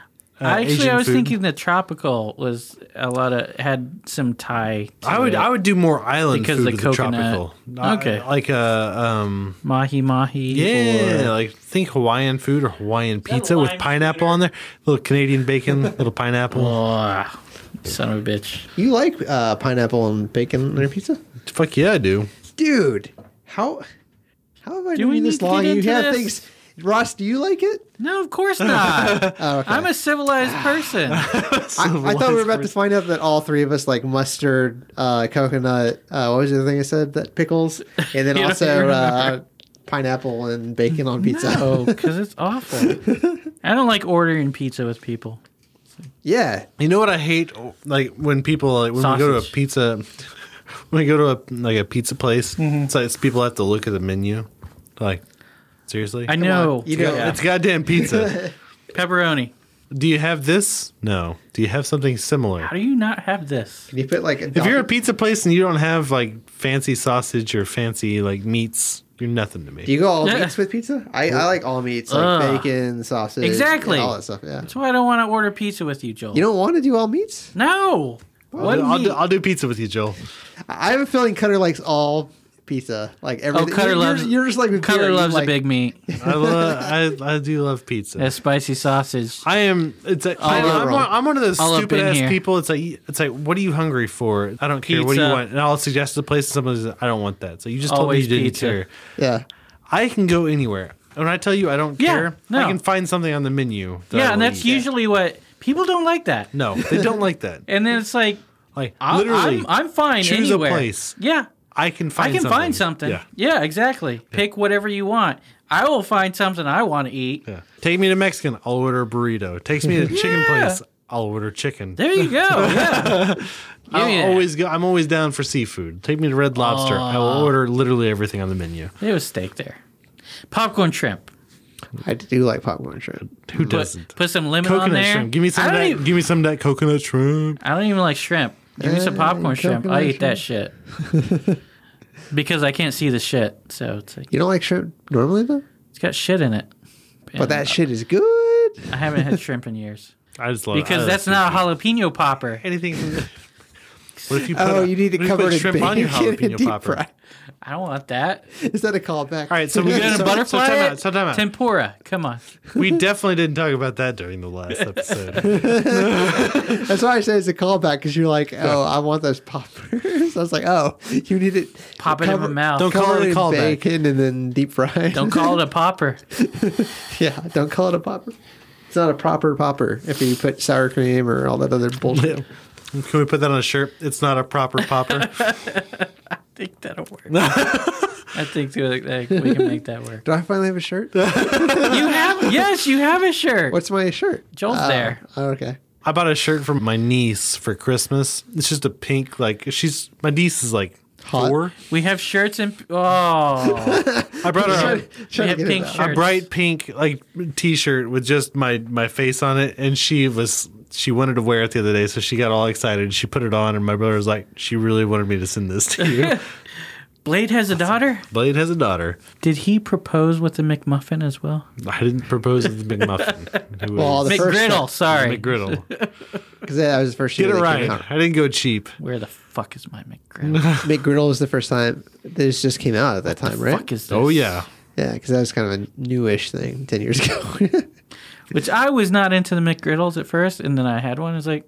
Speaker 2: Uh,
Speaker 4: Actually,
Speaker 2: Asian
Speaker 4: I was
Speaker 2: food.
Speaker 4: thinking the tropical was a lot of had some Thai. to
Speaker 2: I would
Speaker 4: it.
Speaker 2: I would do more island
Speaker 4: Because
Speaker 2: food
Speaker 4: the
Speaker 2: with
Speaker 4: coconut.
Speaker 2: tropical. I-
Speaker 4: Okay.
Speaker 2: like a um
Speaker 4: mahi mahi.
Speaker 2: yeah,
Speaker 4: or-
Speaker 2: like think Hawaiian food or Hawaiian pizza with
Speaker 4: lime
Speaker 2: pineapple on there, little Canadian bacon, little pineapple.
Speaker 4: Ugh. Ah, son of a bitch.
Speaker 5: You like uh, pineapple and bacon on your pizza,
Speaker 2: Fuck yeah, I do.
Speaker 5: dude? How how have I
Speaker 4: we
Speaker 5: known you
Speaker 4: need
Speaker 5: this
Speaker 4: to
Speaker 5: long?
Speaker 4: get
Speaker 5: You
Speaker 4: into
Speaker 5: have
Speaker 4: this?
Speaker 5: things. Ross, do you like it?
Speaker 4: No, of course not.
Speaker 5: Oh, okay.
Speaker 4: I'm a civilized person.
Speaker 5: I, I thought we were about to find out that all three of us like mustard, uh, coconut. Uh, what was the other thing I said? That pickles, and then
Speaker 4: You don't
Speaker 5: also
Speaker 4: remember.
Speaker 5: uh, pineapple and bacon on pizza.
Speaker 4: No, because Oh, it's awful. I don't like ordering pizza with people.
Speaker 5: Yeah,
Speaker 2: You know what I hate? Like when people like when we go to a
Speaker 4: Sausage.
Speaker 2: pizza, when we go to a like a pizza place,
Speaker 4: Mm-hmm.
Speaker 2: it's like it's people have to look at the menu. Like seriously,
Speaker 4: I know.
Speaker 5: you know,
Speaker 2: Yeah, it's goddamn pizza.
Speaker 4: Pepperoni.
Speaker 2: do you have this? No. Do you have something similar?
Speaker 4: How do you not have this?
Speaker 5: Can you put like a
Speaker 2: If
Speaker 5: dot-
Speaker 2: you're a pizza place and you don't have like fancy sausage or fancy like meats, you're nothing to me.
Speaker 5: do you go all
Speaker 4: Yeah.
Speaker 5: meats with pizza? I, I like all meats, like
Speaker 4: Ugh.
Speaker 5: bacon, sausage, and
Speaker 4: Exactly.
Speaker 5: all that stuff. Yeah,
Speaker 4: That's why I don't want to order pizza with you, Joel.
Speaker 5: you don't want to do all meats.
Speaker 4: no. What
Speaker 2: I'll,
Speaker 4: meat?
Speaker 2: do, I'll do pizza with you, Joel.
Speaker 5: I have a feeling Cutter likes all pizza, like everything.
Speaker 4: Oh, Cutter
Speaker 5: you're,
Speaker 4: loves-
Speaker 5: You're just like with beer,
Speaker 4: Cutler
Speaker 5: you
Speaker 4: loves
Speaker 5: like,
Speaker 4: a big meat.
Speaker 2: I, lo- I I do love pizza.
Speaker 4: A spicy sausage.
Speaker 2: I am. It's like,
Speaker 4: All
Speaker 2: I'm,
Speaker 4: over.
Speaker 2: I'm one, I'm one of those
Speaker 4: All up
Speaker 2: stupid
Speaker 4: in
Speaker 2: ass
Speaker 4: here.
Speaker 2: people. It's like it's like, what are you hungry for? I don't care. What do you
Speaker 4: Pizza.
Speaker 2: want? And I'll suggest a place, and someone says, I don't want that. So you just told
Speaker 4: Always
Speaker 2: me you didn't
Speaker 4: pizza.
Speaker 2: care.
Speaker 5: Yeah,
Speaker 2: I can go anywhere. When I tell you I don't
Speaker 4: Yeah,
Speaker 2: care, I
Speaker 4: no.
Speaker 2: can find something on the menu. that I
Speaker 4: yeah, and
Speaker 2: will
Speaker 4: that's
Speaker 2: eat.
Speaker 4: usually what people don't like that.
Speaker 2: no. They don't like that.
Speaker 4: And then it's like,
Speaker 2: Like
Speaker 4: i
Speaker 2: literally,
Speaker 4: I'm, I'm fine
Speaker 2: choose a
Speaker 4: anywhere.
Speaker 2: place.
Speaker 4: Yeah,
Speaker 2: I can
Speaker 4: I
Speaker 2: find.
Speaker 4: can
Speaker 2: something.
Speaker 4: find something.
Speaker 2: Yeah.
Speaker 4: Yeah. exactly. Pick whatever you want. I will find something I want to eat.
Speaker 2: Yeah. Take me to Mexican, I'll order a burrito. Takes me to chicken
Speaker 4: Yeah.
Speaker 2: place, I'll order chicken.
Speaker 4: There you go. Yeah.
Speaker 2: I'll
Speaker 4: yeah.
Speaker 2: always go I'm always down for seafood. Take me to Red Lobster. I will order literally everything on the menu.
Speaker 4: There was steak there. Popcorn shrimp.
Speaker 5: I do like popcorn shrimp.
Speaker 2: Who
Speaker 4: Put,
Speaker 2: doesn't?
Speaker 4: put some lemon on
Speaker 2: coconut
Speaker 4: there.
Speaker 2: shrimp. Give me some
Speaker 4: I
Speaker 2: of
Speaker 4: don't,
Speaker 2: that
Speaker 4: even,
Speaker 2: give me some of that coconut shrimp.
Speaker 4: I don't even like shrimp. Give me some
Speaker 5: Uh,
Speaker 4: popcorn shrimp. I
Speaker 5: coconut
Speaker 4: eat that shit. because I can't see the shit. So it's like,
Speaker 5: You don't like shrimp normally though,
Speaker 4: it's got shit in it.
Speaker 5: but that shit is good.
Speaker 4: I haven't had shrimp in years.
Speaker 2: I just love I
Speaker 4: Because
Speaker 2: love
Speaker 4: that's not a jalapeno popper.
Speaker 2: anything What if you put,
Speaker 5: Oh, you need to
Speaker 2: what if
Speaker 5: cover
Speaker 2: put
Speaker 5: it
Speaker 2: shrimp
Speaker 5: in
Speaker 2: on your
Speaker 5: bacon and
Speaker 2: jalapeno
Speaker 5: deep
Speaker 2: popper?
Speaker 5: fry.
Speaker 4: I don't want that.
Speaker 5: Is that a callback?
Speaker 2: All right, so we
Speaker 4: You're gonna
Speaker 2: so,
Speaker 4: butterfly
Speaker 2: so time
Speaker 4: it?
Speaker 2: out, so time out.
Speaker 4: Tempura. Come on.
Speaker 2: We definitely didn't talk about that during the last episode.
Speaker 5: That's why I say it's a callback because you're like, oh, I want those poppers. I was like, oh, you need it.
Speaker 4: Pop it in my mouth.
Speaker 2: Don't
Speaker 5: Call
Speaker 2: Call it a
Speaker 5: it
Speaker 2: callback.
Speaker 5: bacon and then deep fry.
Speaker 4: Don't call it a popper.
Speaker 5: yeah, don't call it a popper. It's not a proper popper if you put sour cream or all that other bullshit.
Speaker 2: Can we put that on a shirt? It's not a proper popper.
Speaker 4: I think that'll work. I think too, like, like, we can make that work.
Speaker 5: Do I finally have a shirt?
Speaker 4: You have yes, you have a shirt.
Speaker 5: What's my shirt?
Speaker 4: Joel's
Speaker 5: Oh,
Speaker 4: there.
Speaker 5: oh, okay.
Speaker 2: I bought a shirt for my niece for Christmas. It's just a pink, like she's my niece is like
Speaker 5: Hot.
Speaker 2: four.
Speaker 4: We have shirts and oh,
Speaker 2: I brought her
Speaker 5: Trying
Speaker 4: we
Speaker 5: to
Speaker 4: have
Speaker 5: get it
Speaker 4: pink
Speaker 5: out.
Speaker 2: a,
Speaker 4: shirts.
Speaker 2: a bright pink like t-shirt with just my my face on it, and she was she wanted to wear it the other day, so she got all excited. She put it on, and my brother was like, "She really wanted me to send this to you."
Speaker 4: Blade has a daughter.
Speaker 2: Blade has a daughter.
Speaker 4: Did he propose with the McMuffin as well?
Speaker 2: I didn't propose with the McMuffin. Who
Speaker 5: Well,
Speaker 2: is-
Speaker 5: the first
Speaker 4: McGriddle.
Speaker 5: time-
Speaker 4: sorry.
Speaker 2: McGriddle.
Speaker 5: Because that was the first year
Speaker 2: Get it
Speaker 5: they came
Speaker 2: right.
Speaker 5: out.
Speaker 2: I didn't go cheap.
Speaker 4: Where the fuck is my McGriddle?
Speaker 5: McGriddle was the first time this just came out at that time, right?
Speaker 4: Fuck is this?
Speaker 2: Oh yeah.
Speaker 5: yeah, because that was kind of a newish thing ten years ago.
Speaker 4: Which I was not into the McGriddles at first, and then I had one. It's like,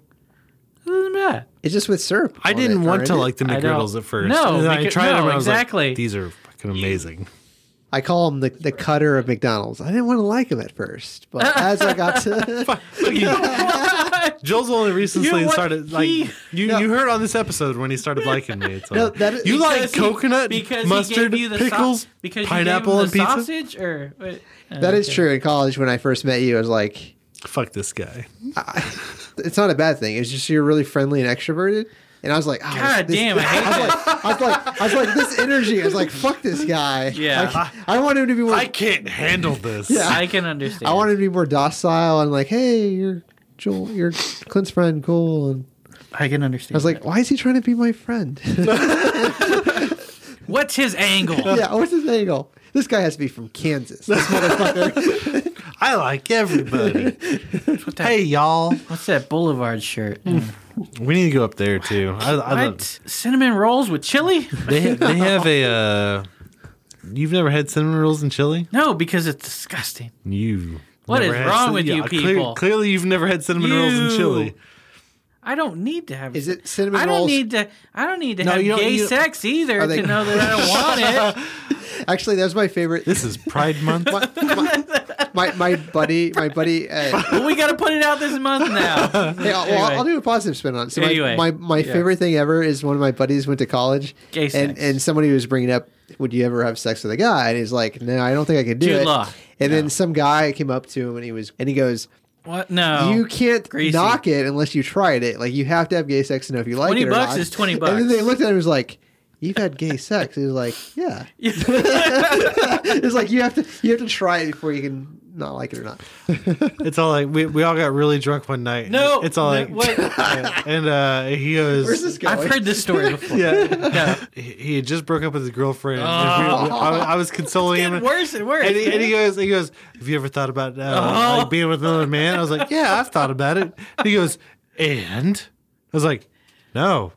Speaker 4: this isn't bad.
Speaker 5: It's just with syrup.
Speaker 2: I
Speaker 5: on
Speaker 2: didn't
Speaker 5: it,
Speaker 2: want to
Speaker 5: alright?
Speaker 2: like the
Speaker 4: I don't-
Speaker 2: McGriddles at first.
Speaker 4: No,
Speaker 2: And then I
Speaker 4: because-
Speaker 2: tried
Speaker 4: no,
Speaker 2: them. and I was like,
Speaker 4: exactly.
Speaker 2: These are fucking amazing.
Speaker 5: I call them the, the cutter of McDonald's. I didn't want to like them at first, but as I got to,
Speaker 2: Joel's only recently
Speaker 4: You know what?
Speaker 2: started like
Speaker 4: He-
Speaker 2: you.
Speaker 5: No.
Speaker 2: You heard on this episode when he started liking me. It's like,
Speaker 5: No, that is-
Speaker 2: you like
Speaker 5: Because
Speaker 4: he-
Speaker 2: coconut,
Speaker 4: because
Speaker 2: mustard,
Speaker 4: he gave you the
Speaker 2: pickles,
Speaker 4: sau- because
Speaker 2: pineapple,
Speaker 4: you gave him the
Speaker 2: and pizza.
Speaker 4: sausage, or what? Uh,
Speaker 5: that is
Speaker 4: okay.
Speaker 5: true. In college, when I first met you, I was like,
Speaker 2: Fuck this guy.
Speaker 5: it's not a bad thing. It's just you're really friendly and extroverted. And I was like, oh, this-
Speaker 4: God
Speaker 5: this-
Speaker 4: damn, I hate
Speaker 5: I was like, I was like, I was like, this energy. I was like, fuck this guy.
Speaker 4: Yeah.
Speaker 5: Like, I want him to be more.
Speaker 2: I
Speaker 5: I,
Speaker 2: can't handle this.
Speaker 5: Yeah.
Speaker 4: I can understand.
Speaker 5: want him to be more docile and like, hey, you're Joel, you're Clint's friend, cool. And
Speaker 4: I can understand.
Speaker 5: I was like, why is he trying to be my friend?
Speaker 4: what's his angle?
Speaker 5: yeah, what's his angle? This guy has to be from Kansas. This motherfucker.
Speaker 2: I like everybody.
Speaker 4: What's that,
Speaker 2: hey, y'all.
Speaker 4: what's that Boulevard shirt?
Speaker 2: We need to go up there too. I, I
Speaker 4: Mm. What?
Speaker 2: love,
Speaker 4: Cinnamon rolls with chili?
Speaker 2: they they have a. Uh, you've never had cinnamon rolls in Chile?
Speaker 4: No, because it's disgusting.
Speaker 2: You.
Speaker 4: What
Speaker 2: never
Speaker 4: is
Speaker 2: had
Speaker 4: wrong
Speaker 2: cin-
Speaker 4: with you
Speaker 2: clear-
Speaker 4: people?
Speaker 2: clearly, you've never had cinnamon rolls in
Speaker 4: You.
Speaker 2: Chile.
Speaker 4: I don't need to have.
Speaker 5: Is it cinnamon
Speaker 4: I don't
Speaker 5: rolls?
Speaker 4: need to. I don't need to
Speaker 2: No,
Speaker 4: have
Speaker 2: you don't-
Speaker 4: gay
Speaker 2: you-
Speaker 4: sex either
Speaker 5: Are they-
Speaker 4: to know that I don't want it.
Speaker 5: Actually, that's my favorite.
Speaker 2: This is Pride Month.
Speaker 5: my, my, my, my buddy, my buddy. Uh,
Speaker 4: But we got to put it out this month now.
Speaker 5: hey, I'll, well, I'll do a positive spin on it. So my-
Speaker 4: Anyway.
Speaker 5: my, my,
Speaker 4: Yeah.
Speaker 5: favorite thing ever is one of my buddies went to college,
Speaker 4: Gay sex.
Speaker 5: and and somebody was bringing up, "Would you ever have sex with a guy?" And he's like, "No, I don't think I could do
Speaker 4: Jude
Speaker 5: it."
Speaker 4: Law.
Speaker 5: And then some guy came up to him and he was and he goes,
Speaker 4: What? No.
Speaker 5: "You can't
Speaker 4: Oh, greasy.
Speaker 5: knock it unless you tried it. Like you have to have gay sex to know if you like
Speaker 4: 20
Speaker 5: it." or
Speaker 4: bucks
Speaker 5: not."
Speaker 4: is 20
Speaker 5: And then
Speaker 4: bucks.
Speaker 5: they looked at him and was like. You've had gay sex. He was like, yeah. it's like you have to you have to try it before you can not like it or not.
Speaker 2: It's all like we, we all got really drunk one night.
Speaker 4: No.
Speaker 2: it's all
Speaker 4: no,
Speaker 2: like
Speaker 4: what?
Speaker 2: and uh, he goes.
Speaker 5: Where's this going?
Speaker 4: I've heard this story before.
Speaker 2: Yeah,
Speaker 4: No.
Speaker 2: he, he had just broke up with his girlfriend. and we- we- I, I was consoling him.
Speaker 4: Oh. Getting worse and worse.
Speaker 2: And he, and he goes, he goes, have you ever thought about uh,
Speaker 4: Oh.
Speaker 2: like being with another man? I was like, yeah, I've thought about it. And he goes, and I was like, no,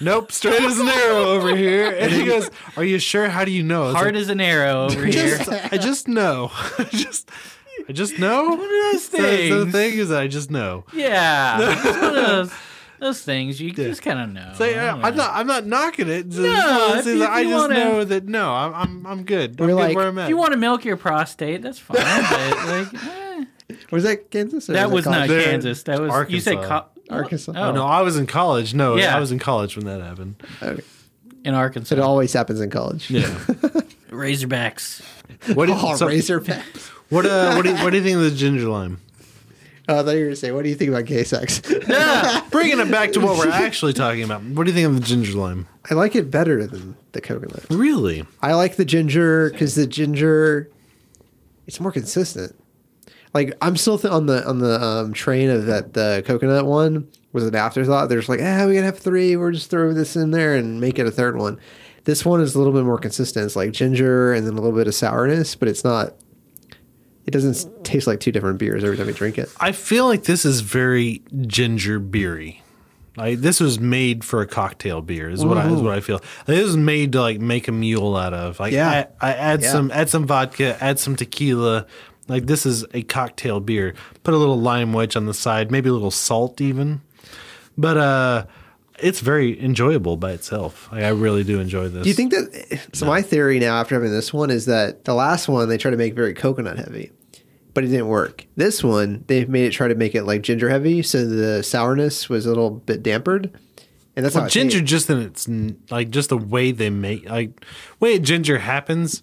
Speaker 2: nope, straight as an arrow over here. And he goes, are you sure? How do you know? I was
Speaker 4: Hard
Speaker 2: like,
Speaker 4: as an arrow over here.
Speaker 2: just, I just know. I just, I just know.
Speaker 4: One of those
Speaker 2: So- so
Speaker 4: things.
Speaker 2: the thing is, I just know.
Speaker 4: Yeah. it's one of those, those things you just kind of know.
Speaker 2: So, yeah, I'm not. I'm not knocking it. It's- it's-
Speaker 4: if you- if
Speaker 2: I
Speaker 4: you
Speaker 2: just
Speaker 4: wanna-
Speaker 2: know that no, I'm. I'm, I'm good. I'm
Speaker 5: We're
Speaker 2: good
Speaker 5: like,
Speaker 2: where I'm at.
Speaker 4: If you want to milk your prostate, that's fine. but, like, eh.
Speaker 5: Was that Kansas? Or
Speaker 4: that was not
Speaker 5: college?
Speaker 2: They're-
Speaker 4: Kansas. That was you said
Speaker 2: Arkansas.
Speaker 4: co-
Speaker 5: Arkansas.
Speaker 4: Oh,
Speaker 2: no, I was in college. No,
Speaker 4: Yeah.
Speaker 2: I was in college when that happened.
Speaker 5: Okay.
Speaker 4: in Arkansas.
Speaker 5: It always happens in college.
Speaker 2: Yeah.
Speaker 4: Razorbacks.
Speaker 2: What did,
Speaker 5: Oh,
Speaker 2: so-
Speaker 5: Razorbacks.
Speaker 2: What uh, what do you, what do you think of the ginger lime?
Speaker 5: Oh, I thought you were going to say, what do you think about gay sex?
Speaker 2: Bringing it back to what we're actually talking about. What do you think of the ginger lime?
Speaker 5: I like it better than the coconut.
Speaker 2: Really?
Speaker 5: I like the ginger because the ginger, it's more consistent. Like I'm still th- on the on the um, train of that the coconut one was an afterthought. They're just like, ah, we can have three. We're just throwing this in there and make it a third one. This one is a little bit more consistent. It's like ginger and then a little bit of sourness, but it's not. It doesn't s- taste like two different beers every time you drink it.
Speaker 2: I feel like this is very ginger beery. Like this was made for a cocktail beer is what I is what I feel. Like, this was made to like make a mule out of. Like
Speaker 5: Yeah.
Speaker 2: I, I add
Speaker 5: Yeah.
Speaker 2: some add some vodka, add some tequila. Like this is a cocktail beer. Put a little lime wedge on the side, maybe a little salt even. But uh it's very enjoyable by itself. Like I really do enjoy this.
Speaker 5: Do you think that? So my theory now, after having this one, is that the last one they tried to make very coconut heavy, but it didn't work. This one they've made it try to make it like ginger heavy, so the sourness was a little bit dampered, and that's
Speaker 2: Well,
Speaker 5: how it
Speaker 2: ginger
Speaker 5: tastes.
Speaker 2: just in its n- like just the way they make like way ginger happens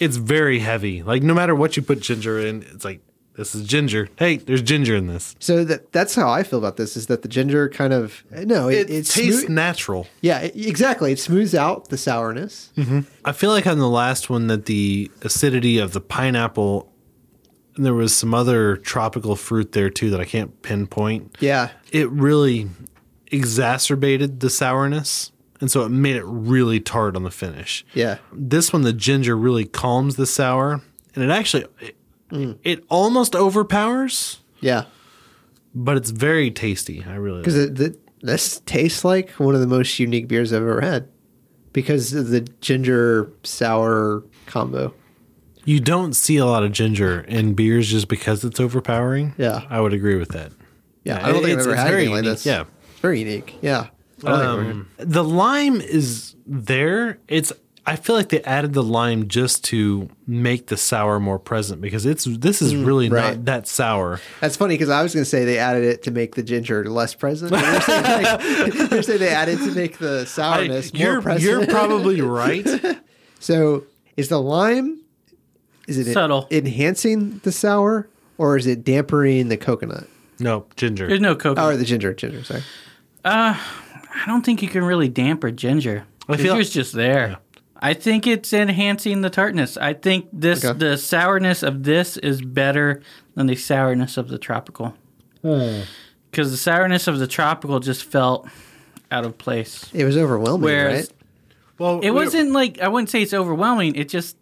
Speaker 2: it's very heavy like no matter what you put ginger in it's like this is ginger hey there's ginger in this
Speaker 5: So that that's how I feel about this is that the ginger kind of no, it,
Speaker 2: it,
Speaker 5: it,
Speaker 2: tastes
Speaker 5: smooth-
Speaker 2: natural
Speaker 5: yeah, it- exactly. It smooths out the sourness.
Speaker 2: i feel like on the last one that the acidity of the pineapple and there was some other tropical fruit there too that i can't pinpoint
Speaker 5: Yeah,
Speaker 2: it really exacerbated the sourness and so it made it really tart on the finish
Speaker 5: yeah.
Speaker 2: this one the ginger really calms the sour and it actually it,
Speaker 5: Mm.
Speaker 2: it almost overpowers
Speaker 5: Yeah,
Speaker 2: but it's very tasty i really like it.
Speaker 5: because this tastes like one of the most unique beers I've ever had because of the ginger sour combo.
Speaker 2: you don't see a lot of ginger in beers just because it's overpowering
Speaker 5: Yeah.
Speaker 2: i would agree with that
Speaker 5: Yeah,
Speaker 2: Yeah,
Speaker 5: I don't think
Speaker 2: it's-
Speaker 5: I've ever
Speaker 2: it's
Speaker 5: had
Speaker 2: very
Speaker 5: anything like
Speaker 2: unique,
Speaker 5: this.
Speaker 2: yeah.
Speaker 5: It's very unique. Yeah. I don't think I've ever-
Speaker 2: Um, the lime is there it's i feel like they added the lime just to make the sour more present because it's this is really
Speaker 5: Mm, right.
Speaker 2: not that sour
Speaker 5: That's funny because I was going to say they added it to make the ginger less present. but You're saying, like, you're saying they added to make the
Speaker 2: I-
Speaker 5: sourness more
Speaker 2: you're,
Speaker 5: present.
Speaker 2: you're probably right
Speaker 5: so is the lime? Is it en-
Speaker 4: Subtle.
Speaker 5: enhancing the sour or is it dampening the coconut Oh,
Speaker 2: no ginger
Speaker 4: There's no
Speaker 5: or
Speaker 4: coconut.
Speaker 5: the ginger? Ginger, sorry.
Speaker 4: I don't think you can really damper ginger.
Speaker 2: I feel-
Speaker 4: Ginger's just there. I think it's enhancing the tartness. I think this
Speaker 5: Okay.
Speaker 4: the sourness of this is better than the sourness of the tropical.
Speaker 2: Hmm.
Speaker 4: Because the sourness of the tropical just felt out of place.
Speaker 5: It was overwhelming,
Speaker 4: Whereas
Speaker 5: right?
Speaker 2: Well,
Speaker 4: it
Speaker 2: we-
Speaker 4: wasn't like I wouldn't say it's overwhelming. It just